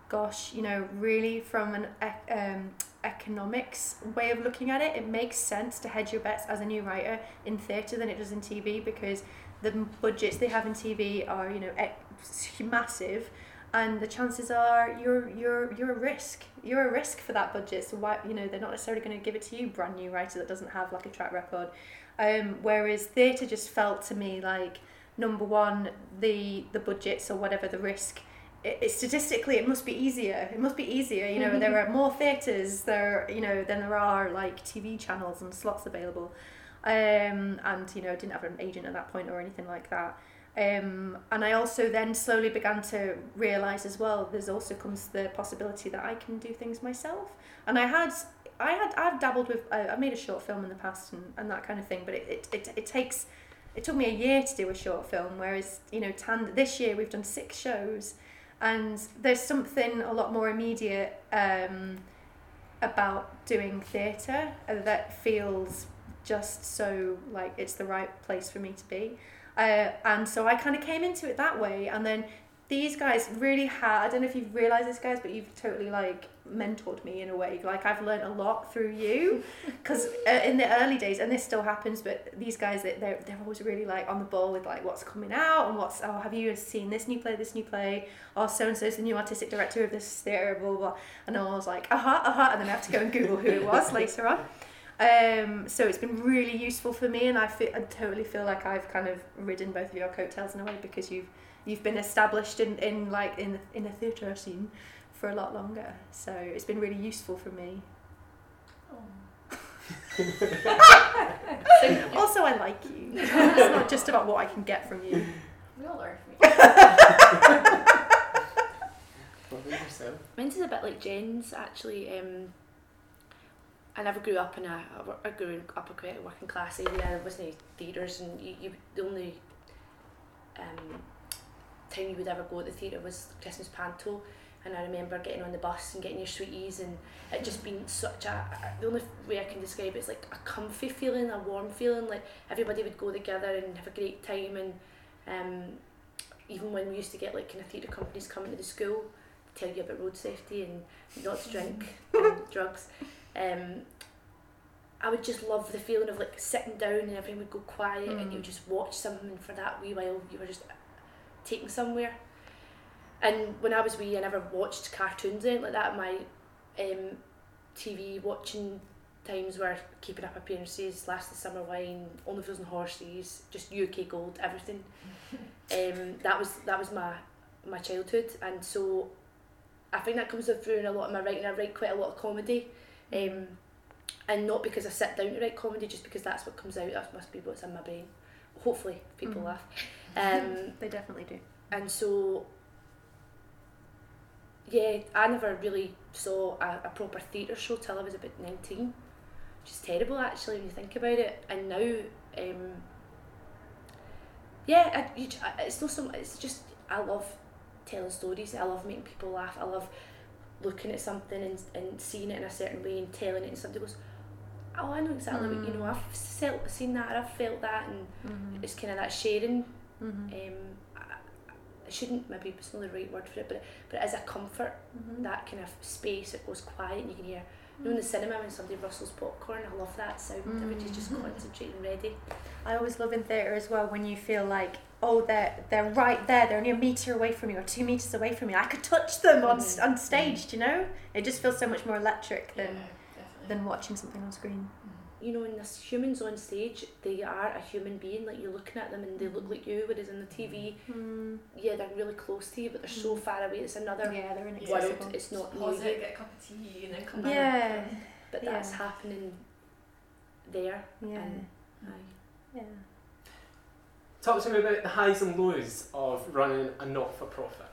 [SPEAKER 2] gosh, you know, really from an ec- um, economics way of looking at it, it makes sense to hedge your bets as a new writer in theatre than it does in TV because the m- budgets they have in TV are you know ex- massive, and the chances are you're you're you're a risk. You're a risk for that budget. So why you know they're not necessarily going to give it to you, brand new writer that doesn't have like a track record. Um, whereas theatre just felt to me like number one the the budgets or whatever the risk it, it, statistically it must be easier it must be easier you know there are more theatres there you know than there are like tv channels and slots available um and you know I didn't have an agent at that point or anything like that um and i also then slowly began to realize as well there's also comes the possibility that i can do things myself and i had i had i've dabbled with i, I made a short film in the past and, and that kind of thing but it it, it, it takes it took me a year to do a short film whereas you know tan this year we've done six shows and there's something a lot more immediate um, about doing theatre uh, that feels just so like it's the right place for me to be uh, and so i kind of came into it that way and then these guys really had i don't know if you've realized this guys but you've totally like mentored me in a way like i've learned a lot through you because uh, in the early days, and this still happens, but these guys they- they're they're always really like on the ball with like what's coming out and what's oh have you seen this new play, this new play, oh so and so's the new artistic director of this theatre, blah blah, blah. and I was like aha aha, and then I have to go and Google who it was later on. Um, so it's been really useful for me, and I feel, I totally feel like I've kind of ridden both of your coattails in a way because you've you've been established in, in like in the, in the theatre scene for a lot longer. So it's been really useful for me.
[SPEAKER 4] Oh.
[SPEAKER 2] Also, I like you. It's not just about what I can get from you.
[SPEAKER 4] We all are from
[SPEAKER 5] What about yourself?
[SPEAKER 3] Mine's is a bit like Jen's actually. Um, I never grew up in a I wor- I grew up in quite a working class area. There wasn't any theatres, and you, you the only um, time you would ever go to the theatre was Christmas panto. And I remember getting on the bus and getting your sweeties, and it just being such a a- the only way I can describe it is like a comfy feeling, a warm feeling. Like everybody would go together and have a great time, and um, even when we used to get like kind of theatre companies coming to the school, tell you about road safety and not to drink and drugs. Um, I would just love the feeling of like sitting down and everything would go quiet and you would just watch something and for that wee while you were just taken somewhere. And when I was wee, I never watched cartoons or anything like that. My um, TV watching times were Keeping Up Appearances, Last of the Summer Wine, Only Fools and Horses, just UK Gold, everything. um, that was that was my my childhood, and so I think that comes through in a lot of my writing. I write quite a lot of comedy, um, and not because I sit down to write comedy, just because that's what comes out. That must be what's in my brain. Hopefully, people
[SPEAKER 2] Mm.
[SPEAKER 3] laugh. Um,
[SPEAKER 2] They definitely do.
[SPEAKER 3] and so yeah I never really saw a, a proper theatre show till I was about 19 which is terrible actually when you think about it and now um, yeah I, you, j- I- it's not so mu- it's just I love telling stories I love making people laugh I love looking at something and, and seeing it in a certain way and telling it and somebody goes oh I know exactly what you know I've felt, seen that I've felt that and
[SPEAKER 2] Mm-hmm.
[SPEAKER 3] it's kind of that sharing um, I, I shouldn't maybe it's not the right word for it, but but it is a comfort
[SPEAKER 2] Mm-hmm.
[SPEAKER 3] that kind of space. It goes quiet and you can hear. You know, in the cinema when somebody rustles popcorn, I love that sound. Everybody's just
[SPEAKER 2] Mm.
[SPEAKER 3] concentrating, ready.
[SPEAKER 2] I always love in theatre as well when you feel like, oh, they're they're right there. They're only a meter away from you or two meters away from you. I could touch them on s on stage. do You know, it just feels so much more electric
[SPEAKER 4] Yeah,
[SPEAKER 2] than
[SPEAKER 4] definitely. Mm.
[SPEAKER 2] than watching something on screen.
[SPEAKER 3] You know, in this humans on stage, they are a human being. Like you're looking at them and they
[SPEAKER 2] Mm.
[SPEAKER 3] look like you. Whereas in the TV, yeah, they're really close to you, but they're so far away. It's another
[SPEAKER 2] Mm. Yeah, they're
[SPEAKER 3] world.
[SPEAKER 2] inaccessible.
[SPEAKER 3] It's not
[SPEAKER 4] pause
[SPEAKER 3] near you.
[SPEAKER 4] it, get a cup of tea, and then come back.
[SPEAKER 2] Yeah,
[SPEAKER 3] but
[SPEAKER 2] Yeah.
[SPEAKER 3] that's happening there.
[SPEAKER 2] yeah,
[SPEAKER 3] And, aye.
[SPEAKER 2] yeah.
[SPEAKER 1] Talk to me about the highs and lows of running a not for profit.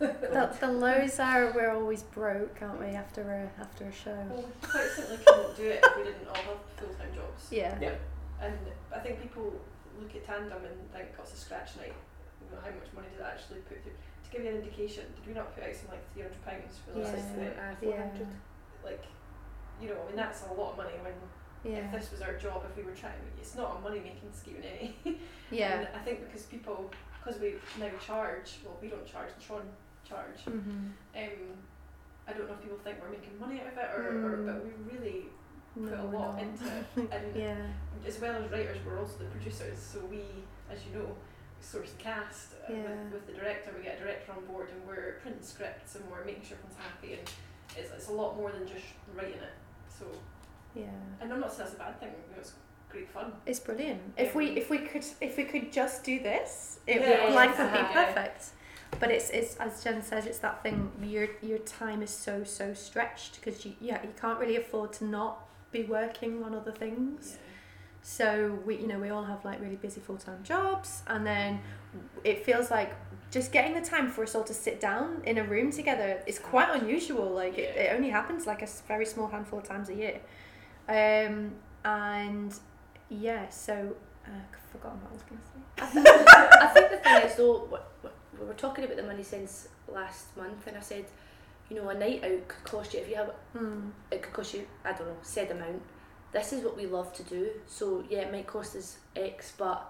[SPEAKER 2] The, the lows are we're always broke, aren't we? After a after a show.
[SPEAKER 4] Well, Oh, we quite simply couldn't do it if we didn't all have full time jobs.
[SPEAKER 2] Yeah.
[SPEAKER 4] And I think people look at tandem and think, "What's a scratch night? You know, how much money did that actually put through?" To give you an indication, did we not put out some like three hundred pounds for
[SPEAKER 2] Yeah.
[SPEAKER 4] last night?
[SPEAKER 3] Uh,
[SPEAKER 2] Yeah.
[SPEAKER 3] 400.
[SPEAKER 4] Like, you know, I mean that's a lot of money. When if
[SPEAKER 2] Yeah.
[SPEAKER 4] this was our job, if we were trying, it's not a money making scheme in any.
[SPEAKER 2] Yeah.
[SPEAKER 4] And I think because people, because we now charge, well, we don't charge, Tron charge.
[SPEAKER 2] Mm-hmm.
[SPEAKER 4] Um, I don't know if people think we're making money out of it, or, or
[SPEAKER 2] Mm.
[SPEAKER 4] but we really put a lot into it. And
[SPEAKER 2] Yeah.
[SPEAKER 4] as well as writers, we're also the producers. So we, as you know, source the cast uh,
[SPEAKER 2] Yeah.
[SPEAKER 4] with, with the director. We get a director on board, and we're printing scripts, and we're making sure everyone's happy. And it's, it's a lot more than just writing it. So,
[SPEAKER 2] Yeah.
[SPEAKER 4] and I'm not saying that's a bad thing. You know, it's great fun.
[SPEAKER 2] It's brilliant. If we if we could if we could just do this, it
[SPEAKER 4] Yeah,
[SPEAKER 2] would, life would be
[SPEAKER 4] yeah.
[SPEAKER 2] perfect. But it's it's as Jen says, it's that thing. Your your time is so so stretched because you yeah you can't really afford to not be working on other things. So we, you know, we all have like really busy full time jobs, and then it feels like just getting the time for us all to sit down in a room together is quite unusual. Like it, it only happens like a s- very small handful of times a year, um, and yeah. So uh, I've forgotten what I was going to say.
[SPEAKER 3] I think I think the thing is though, what- what- we were talking about the money sense last month, and I said, you know, a night out could cost you if you have
[SPEAKER 2] Mm.
[SPEAKER 3] it could cost you I don't know said amount. This is what we love to do, so yeah, it might cost us X, but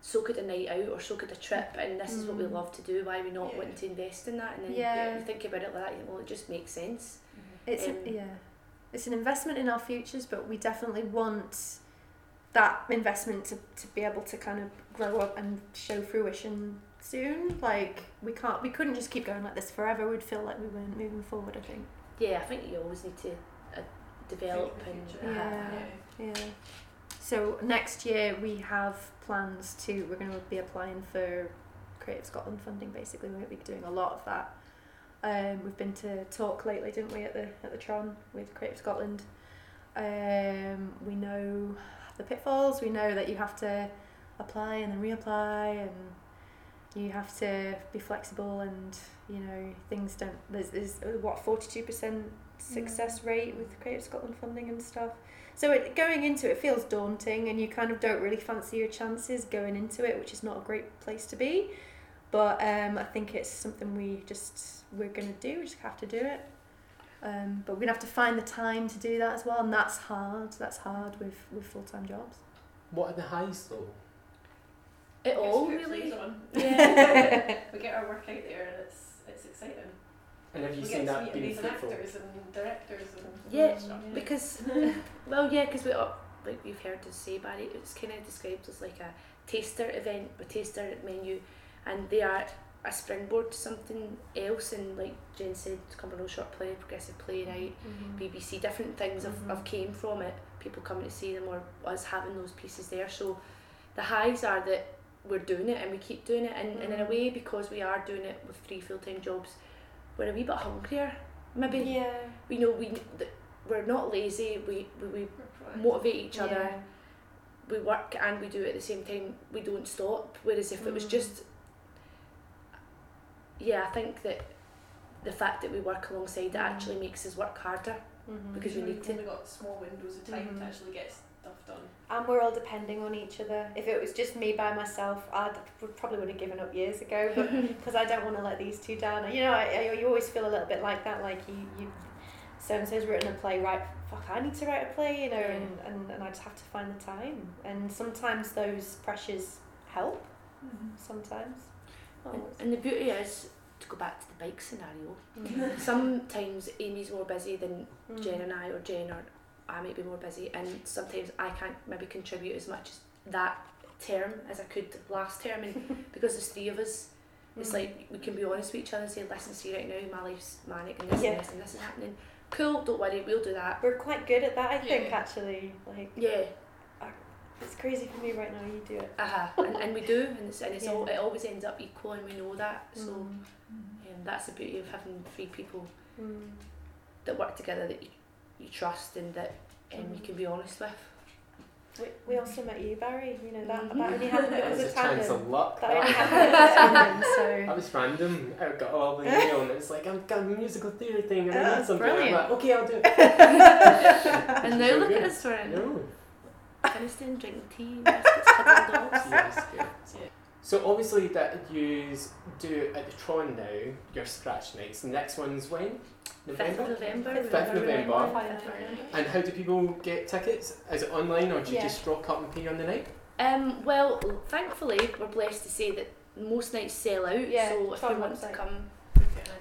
[SPEAKER 3] so could a night out or so could a trip, and this is what we
[SPEAKER 2] Mm.
[SPEAKER 3] love to do. Why are we not
[SPEAKER 4] Yeah.
[SPEAKER 3] wanting to invest in that? And then
[SPEAKER 2] Yeah.
[SPEAKER 3] you think about it like that, you think, well, it just makes sense.
[SPEAKER 2] It's
[SPEAKER 3] Um,
[SPEAKER 2] an, yeah, it's an investment in our futures, but we definitely want that investment to, to be able to kind of grow up and show fruition soon. Like we can't, we couldn't just keep going like this forever. We'd feel like we weren't moving forward. I think.
[SPEAKER 3] Yeah, I think you always need to uh, develop
[SPEAKER 4] Think of
[SPEAKER 3] and
[SPEAKER 4] the future.
[SPEAKER 2] Yeah.
[SPEAKER 4] Yeah.
[SPEAKER 2] Yeah. So next year we have plans to. We're going to be applying for Creative Scotland funding. Basically, we're going to be doing a lot of that. Um, we've been to talk lately, didn't we, at the at the Tron with Creative Scotland, Um, we know the pitfalls. We know that you have to apply and then reapply, and you have to be flexible. And you know things don't. There's, there's uh, what forty two percent success rate with Creative Scotland funding and stuff. So it, going into it feels daunting, and you kind of don't really fancy your chances going into it, which is not a great place to be. But um, I think it's something we just we're gonna do. We just have to do it. Um, but we're gonna have to find the time to do that as well, and that's hard. That's hard with with full time jobs.
[SPEAKER 1] What are the highs though?
[SPEAKER 3] It
[SPEAKER 4] Gets
[SPEAKER 3] all
[SPEAKER 4] your sleeves
[SPEAKER 3] really.
[SPEAKER 4] on.
[SPEAKER 3] Yeah.
[SPEAKER 4] we get our work out there and it's it's exciting.
[SPEAKER 1] And have you
[SPEAKER 4] we
[SPEAKER 1] seen
[SPEAKER 4] get to
[SPEAKER 1] that
[SPEAKER 4] meet
[SPEAKER 1] being
[SPEAKER 4] amazing
[SPEAKER 1] fruitful?
[SPEAKER 4] actors and directors and
[SPEAKER 3] Yeah,
[SPEAKER 4] stuff.
[SPEAKER 3] because well, yeah, because we uh, like you've heard us say, Barry, it's kind of described as like a taster event, a taster menu, and they are a springboard to something else. And like Jen said, communal short play, progressive play night,
[SPEAKER 2] Mm-hmm.
[SPEAKER 3] BBC, different things have,
[SPEAKER 2] Mhm.
[SPEAKER 3] have came from it. People coming to see them or us having those pieces there. So the highs are that we're doing it and we keep doing it. And, and in a
[SPEAKER 2] Mhm.
[SPEAKER 3] way, because we are doing it with three full time jobs, we're a wee bit hungrier. Maybe
[SPEAKER 2] Yeah.
[SPEAKER 3] we know we th- we're not lazy. We we, we motivate each other. We work and we do it at the same time. We don't stop. Whereas if it was
[SPEAKER 2] Mm.
[SPEAKER 3] just yeah, I think that the fact that we work alongside it
[SPEAKER 2] Mm.
[SPEAKER 3] actually makes us work harder. Because we need
[SPEAKER 4] we've
[SPEAKER 3] to. Mm-hmm.
[SPEAKER 4] only got small windows of time
[SPEAKER 2] Mhm.
[SPEAKER 4] to actually get stuff done.
[SPEAKER 2] And we're all depending on each other. If it was just me by myself, I would probably would have given up years ago. But because I don't want to let these two down, you know, I, I, you always feel a little bit like that. Like you, you so and so's written a play, right? Fuck, I need to write a play, you know, and, and, and I just have to find the time. And sometimes those pressures help. Sometimes.
[SPEAKER 3] And- And the beauty is to go back to the bike scenario. Sometimes Amy's more busy than
[SPEAKER 2] Mm.
[SPEAKER 3] Jen and I, or Jen or I might be more busy, and sometimes I can't maybe contribute as much as that term as I could last term. And because there's three of us, it's
[SPEAKER 2] Mm.
[SPEAKER 3] like we can be honest with each other and say, listen, see right now, my life's manic and this
[SPEAKER 2] Yeah.
[SPEAKER 3] and this and this is happening. Cool, don't worry, we'll do that.
[SPEAKER 2] we're quite good at that, I think.
[SPEAKER 4] Yeah.
[SPEAKER 2] Actually, like
[SPEAKER 3] Yeah,
[SPEAKER 2] it's crazy for me right now. You do it.
[SPEAKER 3] uh-huh. and, and we do, and it's, and it's all,
[SPEAKER 2] Yeah.
[SPEAKER 3] it always ends up equal, and we know that. So
[SPEAKER 2] Mm.
[SPEAKER 3] um, that's the beauty of having three people
[SPEAKER 2] Mm.
[SPEAKER 3] that work together that you, you trust and that um, you
[SPEAKER 2] Mhm.
[SPEAKER 3] can be honest with.
[SPEAKER 2] We, we also met you, Barry. You know that
[SPEAKER 3] Mhm.
[SPEAKER 2] that only happened
[SPEAKER 1] That
[SPEAKER 2] because
[SPEAKER 1] was
[SPEAKER 2] of
[SPEAKER 1] a chance of
[SPEAKER 2] tandem.
[SPEAKER 1] luck.
[SPEAKER 2] That only
[SPEAKER 1] That,
[SPEAKER 2] happened because of tandem.
[SPEAKER 1] that was random. I got all the email and it was like, I've got a musical theatre thing and I
[SPEAKER 2] Oh,
[SPEAKER 1] need something.
[SPEAKER 2] brilliant.
[SPEAKER 1] I'm like, okay, I'll do it. She's
[SPEAKER 3] And now
[SPEAKER 1] very
[SPEAKER 3] look at
[SPEAKER 1] good.
[SPEAKER 3] us, we're in.
[SPEAKER 1] No.
[SPEAKER 3] Finished and drinking tea, biscuits, cuddling dogs.
[SPEAKER 1] Yes, yes. So obviously that you do at the Tron now, your scratch nights. The next one's when?
[SPEAKER 3] Fifth of
[SPEAKER 1] November?
[SPEAKER 3] November.
[SPEAKER 2] Fifth
[SPEAKER 3] we
[SPEAKER 2] of
[SPEAKER 3] were-
[SPEAKER 1] November.
[SPEAKER 2] November.
[SPEAKER 1] And how do people get tickets? Is it online or do you
[SPEAKER 2] Yeah.
[SPEAKER 1] just rock up and pay on the night?
[SPEAKER 3] Um, well, thankfully, we're blessed to say that most nights sell out.
[SPEAKER 2] Yeah,
[SPEAKER 3] so if
[SPEAKER 2] Tron
[SPEAKER 3] you want
[SPEAKER 2] website.
[SPEAKER 3] to come,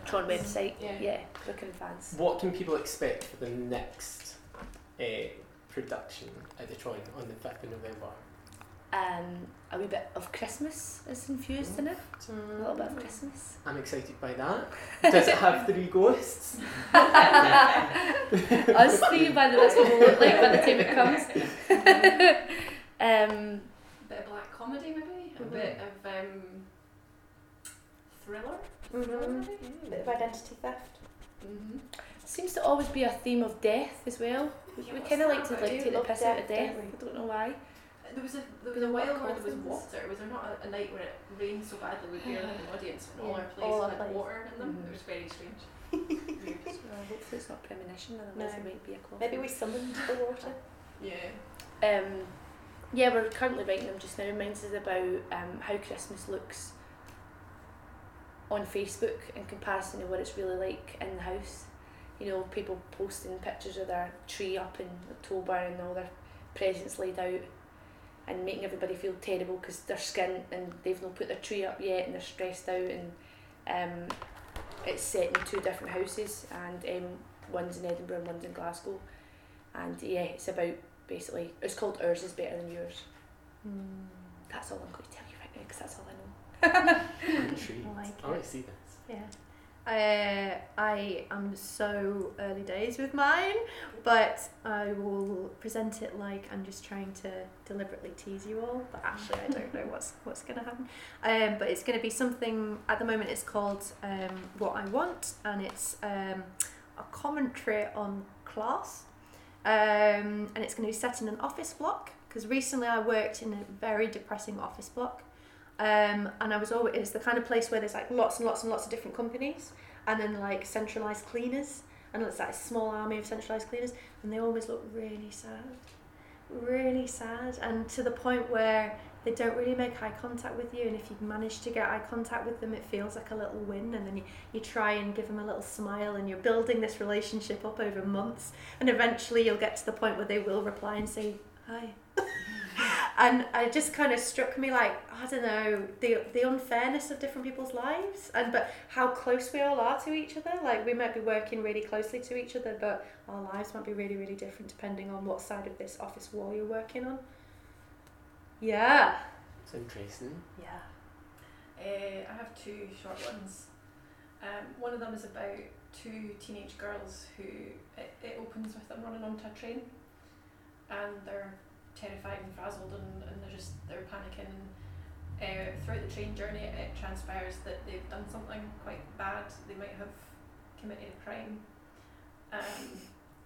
[SPEAKER 3] Tron
[SPEAKER 4] Tron
[SPEAKER 3] website,
[SPEAKER 2] Yeah.
[SPEAKER 3] yeah, book in advance.
[SPEAKER 1] What can people expect for the next eh, production at the Tron on the 5th of November?
[SPEAKER 3] Um, a wee bit of Christmas is infused in it. A
[SPEAKER 4] Mm,
[SPEAKER 3] little bit of Christmas.
[SPEAKER 1] I'm excited by that. Does it have three ghosts?
[SPEAKER 3] Us three, by the way, that's what we'll look like by the time it comes. um,
[SPEAKER 4] bit of black comedy maybe, a
[SPEAKER 3] Mm-hmm.
[SPEAKER 1] Mhm.
[SPEAKER 4] bit of um, thriller.
[SPEAKER 2] Mhm. Bit of identity theft.
[SPEAKER 4] Mm-hmm.
[SPEAKER 3] seems to always be a theme of death as well. We, we kind of like to like
[SPEAKER 2] do
[SPEAKER 3] take the
[SPEAKER 2] love
[SPEAKER 3] piss out
[SPEAKER 2] death,
[SPEAKER 3] of death.
[SPEAKER 2] don't we?
[SPEAKER 3] I don't know why.
[SPEAKER 4] There was a there was
[SPEAKER 2] Bit
[SPEAKER 4] a
[SPEAKER 2] of
[SPEAKER 4] while
[SPEAKER 2] what
[SPEAKER 4] where there was
[SPEAKER 2] causes?
[SPEAKER 4] water. Was there not a, a night where it rained so badly we barely had an audience and all
[SPEAKER 2] Yeah,
[SPEAKER 4] our plays
[SPEAKER 2] all our
[SPEAKER 4] had
[SPEAKER 2] plays.
[SPEAKER 4] water in them?
[SPEAKER 3] Mhm.
[SPEAKER 4] It was very strange. Weird.
[SPEAKER 3] Well, hopefully it's not premonition, otherwise
[SPEAKER 2] No.
[SPEAKER 3] it might be a cough.
[SPEAKER 2] Maybe we summoned the water.
[SPEAKER 4] Yeah.
[SPEAKER 3] Um, yeah, we're currently writing them just now. Mine's is about um, how Christmas looks on Facebook in comparison to what it's really like in the house. You know, people posting pictures of their tree up in October and all their presents laid out and making everybody feel terrible because they're skint and they've not put their tree up yet and they're stressed out and um, it's set in two different houses and um, one's in Edinburgh and one's in Glasgow and yeah, it's about basically. It's called Ours is Better Than Yours. That's all I'm going to tell you right now because that's all I know.
[SPEAKER 1] I'm intrigued.
[SPEAKER 2] I like
[SPEAKER 1] I want
[SPEAKER 2] it.
[SPEAKER 1] to see this.
[SPEAKER 2] Yeah. Uh, I am so early days with mine, but I will present it like I'm just trying to deliberately tease you all. But actually, I don't know what's what's going to happen. Um, but it's going to be something. At the moment, it's called um, "What I Want," and it's um, a commentary on class. um, and it's going to be set in an office block because recently I worked in a very depressing office block, um, and I was always it's the kind of place where there's like lots and lots and lots of different companies, and then like centralized cleaners, and it's like a small army of centralized cleaners, and they always look really sad, really sad, and to the point where they don't really make eye contact with you, and if you manage to get eye contact with them, it feels like a little win, and then you, you try and give them a little smile, and you're building this relationship up over months, and eventually you'll get to the point where they will reply and say hi. and it just kind of struck me like I don't know the the unfairness of different people's lives, and but how close we all are to each other. Like we might be working really closely to each other, but our lives might be really really different depending on what side of this office wall you're working on. Yeah.
[SPEAKER 5] It's interesting.
[SPEAKER 2] Yeah.
[SPEAKER 4] Uh, I have two short ones. Um, one of them is about two teenage girls who it, it opens with them running onto a train, and they're terrified and frazzled and, and they're just they're panicking. Uh, throughout the train journey, it transpires that they've done something quite bad. They might have committed a crime. Um,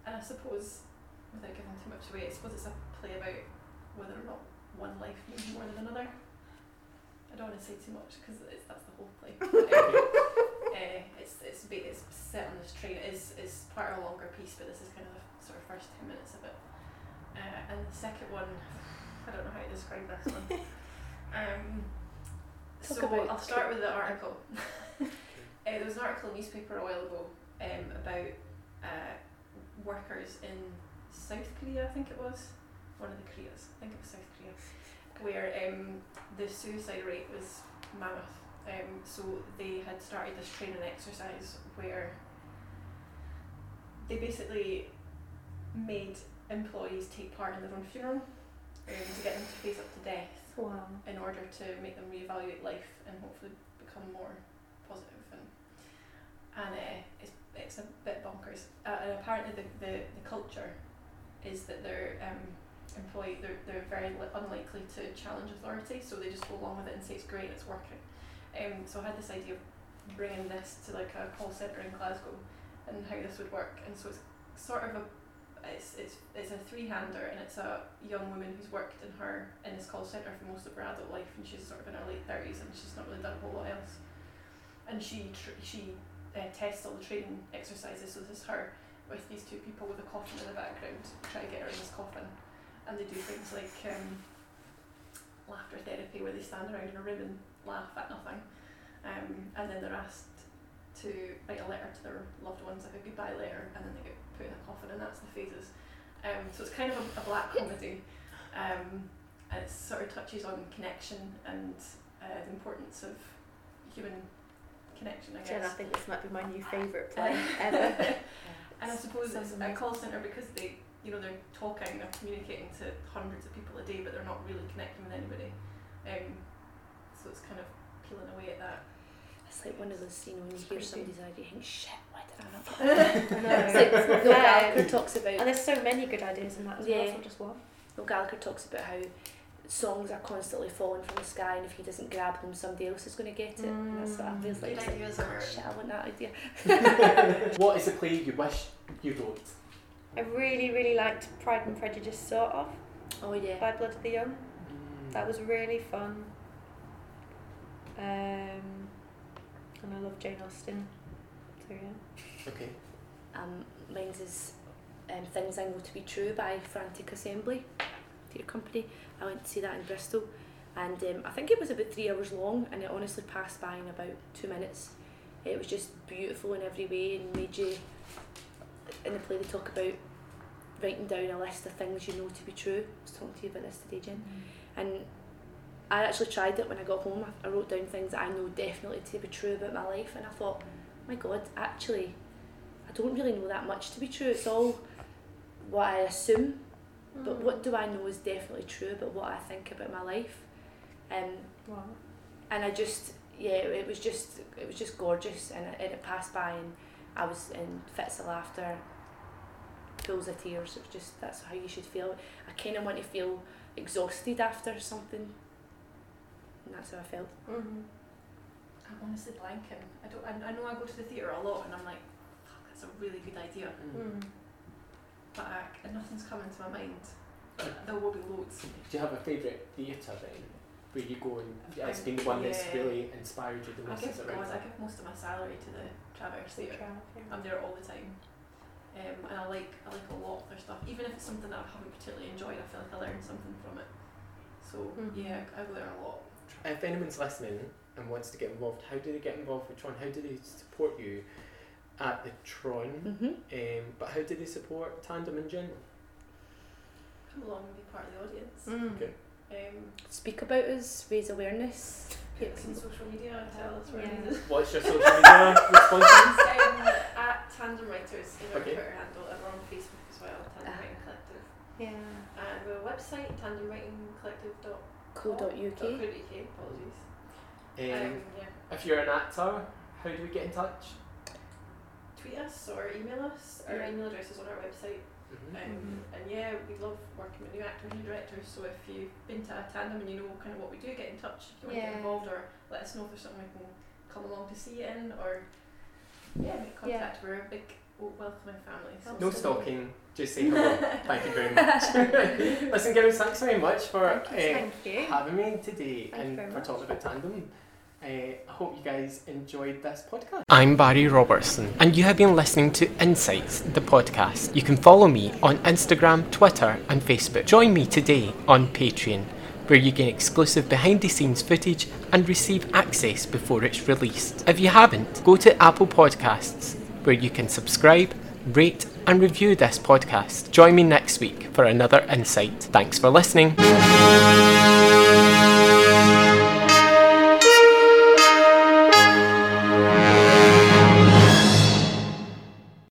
[SPEAKER 4] and I suppose, without giving too much away, I suppose it's a play about whether or not one life means more than another. I don't want to say too much because that's the whole play. uh, it's it's ba- it's set on this train. It is it's part of a longer piece, but this is kind of the sort of first ten minutes of it. Uh, and the second one, I don't know how to describe this one. Um,
[SPEAKER 3] Talk
[SPEAKER 4] so
[SPEAKER 3] about-
[SPEAKER 4] I'll start with the article. uh, there was an article in the newspaper a while ago um, about uh, workers in South Korea, I think it was one of the Koreas. I think it was South Korea, where um, the suicide rate was mammoth. Um, so they had started this training exercise where they basically made employees take part in their own funeral um, to get them to face up to death
[SPEAKER 2] Wow.
[SPEAKER 4] in order to make them reevaluate life and hopefully become more positive and and uh, it's it's a bit bonkers. Uh, and apparently the, the, the culture is that they're um, employee they're, they're very li- unlikely to challenge authority, so they just go along with it and say it's great, it's working. Um, so I had this idea of bringing this to like a call center in Glasgow and how this would work, and so it's sort of a it's, it's, it's a three-hander and it's a young woman who's worked in her in this call centre for most of her adult life and she's sort of in her late 30s and she's not really done a whole lot else and she tr- she uh, tests all the training exercises so this is her with these two people with a coffin in the background try to get her in this coffin and they do things like um, laughter therapy where they stand around in a room and laugh at nothing um, and then they're asked to write a letter to their loved ones, like a goodbye letter, and then they get put in a coffin, and that's the phases. Um, so it's kind of a, a black comedy, um, and it sort of touches on connection and uh, the importance of human connection, I guess.
[SPEAKER 2] Jen, I think this might be my new favourite play ever.
[SPEAKER 4] And I suppose
[SPEAKER 2] Sounds
[SPEAKER 4] it's a
[SPEAKER 2] amazing.
[SPEAKER 4] call centre because they, you know, they're talking, they're communicating to hundreds of people a day, but they're not really connecting with anybody. Um, so it's kind of peeling away at that.
[SPEAKER 3] It's like one of those, you know, when you hear
[SPEAKER 4] creepy.
[SPEAKER 3] somebody's idea, you think, shit, why did I not fuck
[SPEAKER 2] I know.
[SPEAKER 3] It's like Noel Gallagher talks
[SPEAKER 2] and
[SPEAKER 3] about
[SPEAKER 2] there's so many good ideas in that as well,
[SPEAKER 3] Yeah.
[SPEAKER 2] it's not just one.
[SPEAKER 3] Noel Gallagher talks about how songs are constantly falling from the sky, and if he doesn't grab them, somebody else is going to get it. And that's what I feel like.
[SPEAKER 4] Good
[SPEAKER 3] It's like,
[SPEAKER 4] ideas are.
[SPEAKER 3] shit, I want that idea.
[SPEAKER 5] What is the play you wish you wrote?
[SPEAKER 2] I really, really liked Pride and Prejudice, sort of,
[SPEAKER 3] Oh yeah.
[SPEAKER 2] by Blood of the Young. That was really fun. Um, and I love Jane Austen. So yeah.
[SPEAKER 5] Okay.
[SPEAKER 3] Um, mine's is um, Things I Know to Be True by Frantic Assembly, Theatre Company. I went to see that in Bristol, and um, I think it was about three hours long, and it honestly passed by in about two minutes. It was just beautiful in every way, and made you. In the play, they talk about writing down a list of things you know to be true. I was talking to you about this today, Jen. and I actually tried it when I got home. I, I wrote down things that I know definitely to be true about my life, and I thought, my God, actually, I don't really know that much to be true. It's all what I assume, but
[SPEAKER 2] Mm.
[SPEAKER 3] what do I know is definitely true about what I think about my life, um,
[SPEAKER 2] Wow.
[SPEAKER 3] and I just yeah, it was just it was just gorgeous, and it, and it passed by, and I was in fits of laughter, pools of tears. It was just that's how you should feel. I kind of want to feel exhausted after something, and that's how I felt.
[SPEAKER 2] Mm-hmm.
[SPEAKER 4] I'm honestly blanking. I
[SPEAKER 2] Mm-hmm.
[SPEAKER 4] don't. I, I know I go to the theatre a lot, and I'm like, fuck, that's a really good idea.
[SPEAKER 5] Mm.
[SPEAKER 2] Mm.
[SPEAKER 4] back, and nothing's coming to my mind. But there will be loads.
[SPEAKER 5] Do you have a favourite theatre then? Where you go and yeah, it's been the one that's
[SPEAKER 4] Yeah.
[SPEAKER 5] really inspired you the
[SPEAKER 4] I
[SPEAKER 5] most
[SPEAKER 4] give
[SPEAKER 5] as a
[SPEAKER 4] God, I
[SPEAKER 5] writer?
[SPEAKER 4] give most of my salary to the Traverse Theatre. I'm there all the time. Um, and I like I like a lot of their stuff. Even if it's something that I haven't particularly enjoyed, I feel like I learned something from it. So
[SPEAKER 2] Mhm.
[SPEAKER 4] yeah, I go there a lot.
[SPEAKER 5] If anyone's listening and wants to get involved, how do they get involved with Tron? How do they support you at the Tron?
[SPEAKER 2] Mm-hmm.
[SPEAKER 5] Um, but how do they support Tandem in general?
[SPEAKER 4] Come along and be part of the audience.
[SPEAKER 2] Mm.
[SPEAKER 5] Okay.
[SPEAKER 4] Um,
[SPEAKER 2] Speak about us, raise awareness.
[SPEAKER 4] hit us on social media and tell us where
[SPEAKER 2] Yeah.
[SPEAKER 4] it is.
[SPEAKER 5] What's your social media responses?
[SPEAKER 4] um, at Tandem Writers is our
[SPEAKER 5] Okay.
[SPEAKER 4] Twitter handle, and we're on Facebook as well, Tandem Writing Collective.
[SPEAKER 2] Yeah.
[SPEAKER 4] And we have a website, tandemwritingcollective.co.uk.
[SPEAKER 2] Cool.uk.
[SPEAKER 4] Apologies.
[SPEAKER 5] Um,
[SPEAKER 4] Um, yeah.
[SPEAKER 5] if you're an actor, how do we get in touch?
[SPEAKER 4] Tweet us or email us. Our
[SPEAKER 5] Yeah.
[SPEAKER 4] email address is on our website.
[SPEAKER 5] Mm-hmm.
[SPEAKER 4] Um,
[SPEAKER 2] Mm-hmm.
[SPEAKER 4] and yeah, we love working with new actors and directors. So if you've been to a tandem and you know kind of what we do, get in touch. If you want to
[SPEAKER 2] Yeah.
[SPEAKER 4] get involved, or let us know if there's something we can come along to see you in, or yeah, make
[SPEAKER 2] Yeah.
[SPEAKER 4] contact. We're a big w- welcoming family. So
[SPEAKER 5] No
[SPEAKER 2] Absolutely.
[SPEAKER 5] stalking, just say hello. Thank you very much. Listen, girls, thanks very much for uh,
[SPEAKER 2] Thank you.
[SPEAKER 5] having me today
[SPEAKER 2] Thank you
[SPEAKER 5] and
[SPEAKER 2] very
[SPEAKER 5] for
[SPEAKER 2] much.
[SPEAKER 5] talking about tandem. Uh, I hope you guys enjoyed this podcast.
[SPEAKER 1] I'm Barry Robertson, and you have been listening to Insights, the podcast. You can follow me on Instagram, Twitter, and Facebook. Join me today on Patreon, where you get exclusive behind the scenes footage and receive access before it's released. If you haven't, go to Apple Podcasts, where you can subscribe, rate, and review this podcast. Join me next week for another Insight. Thanks for listening.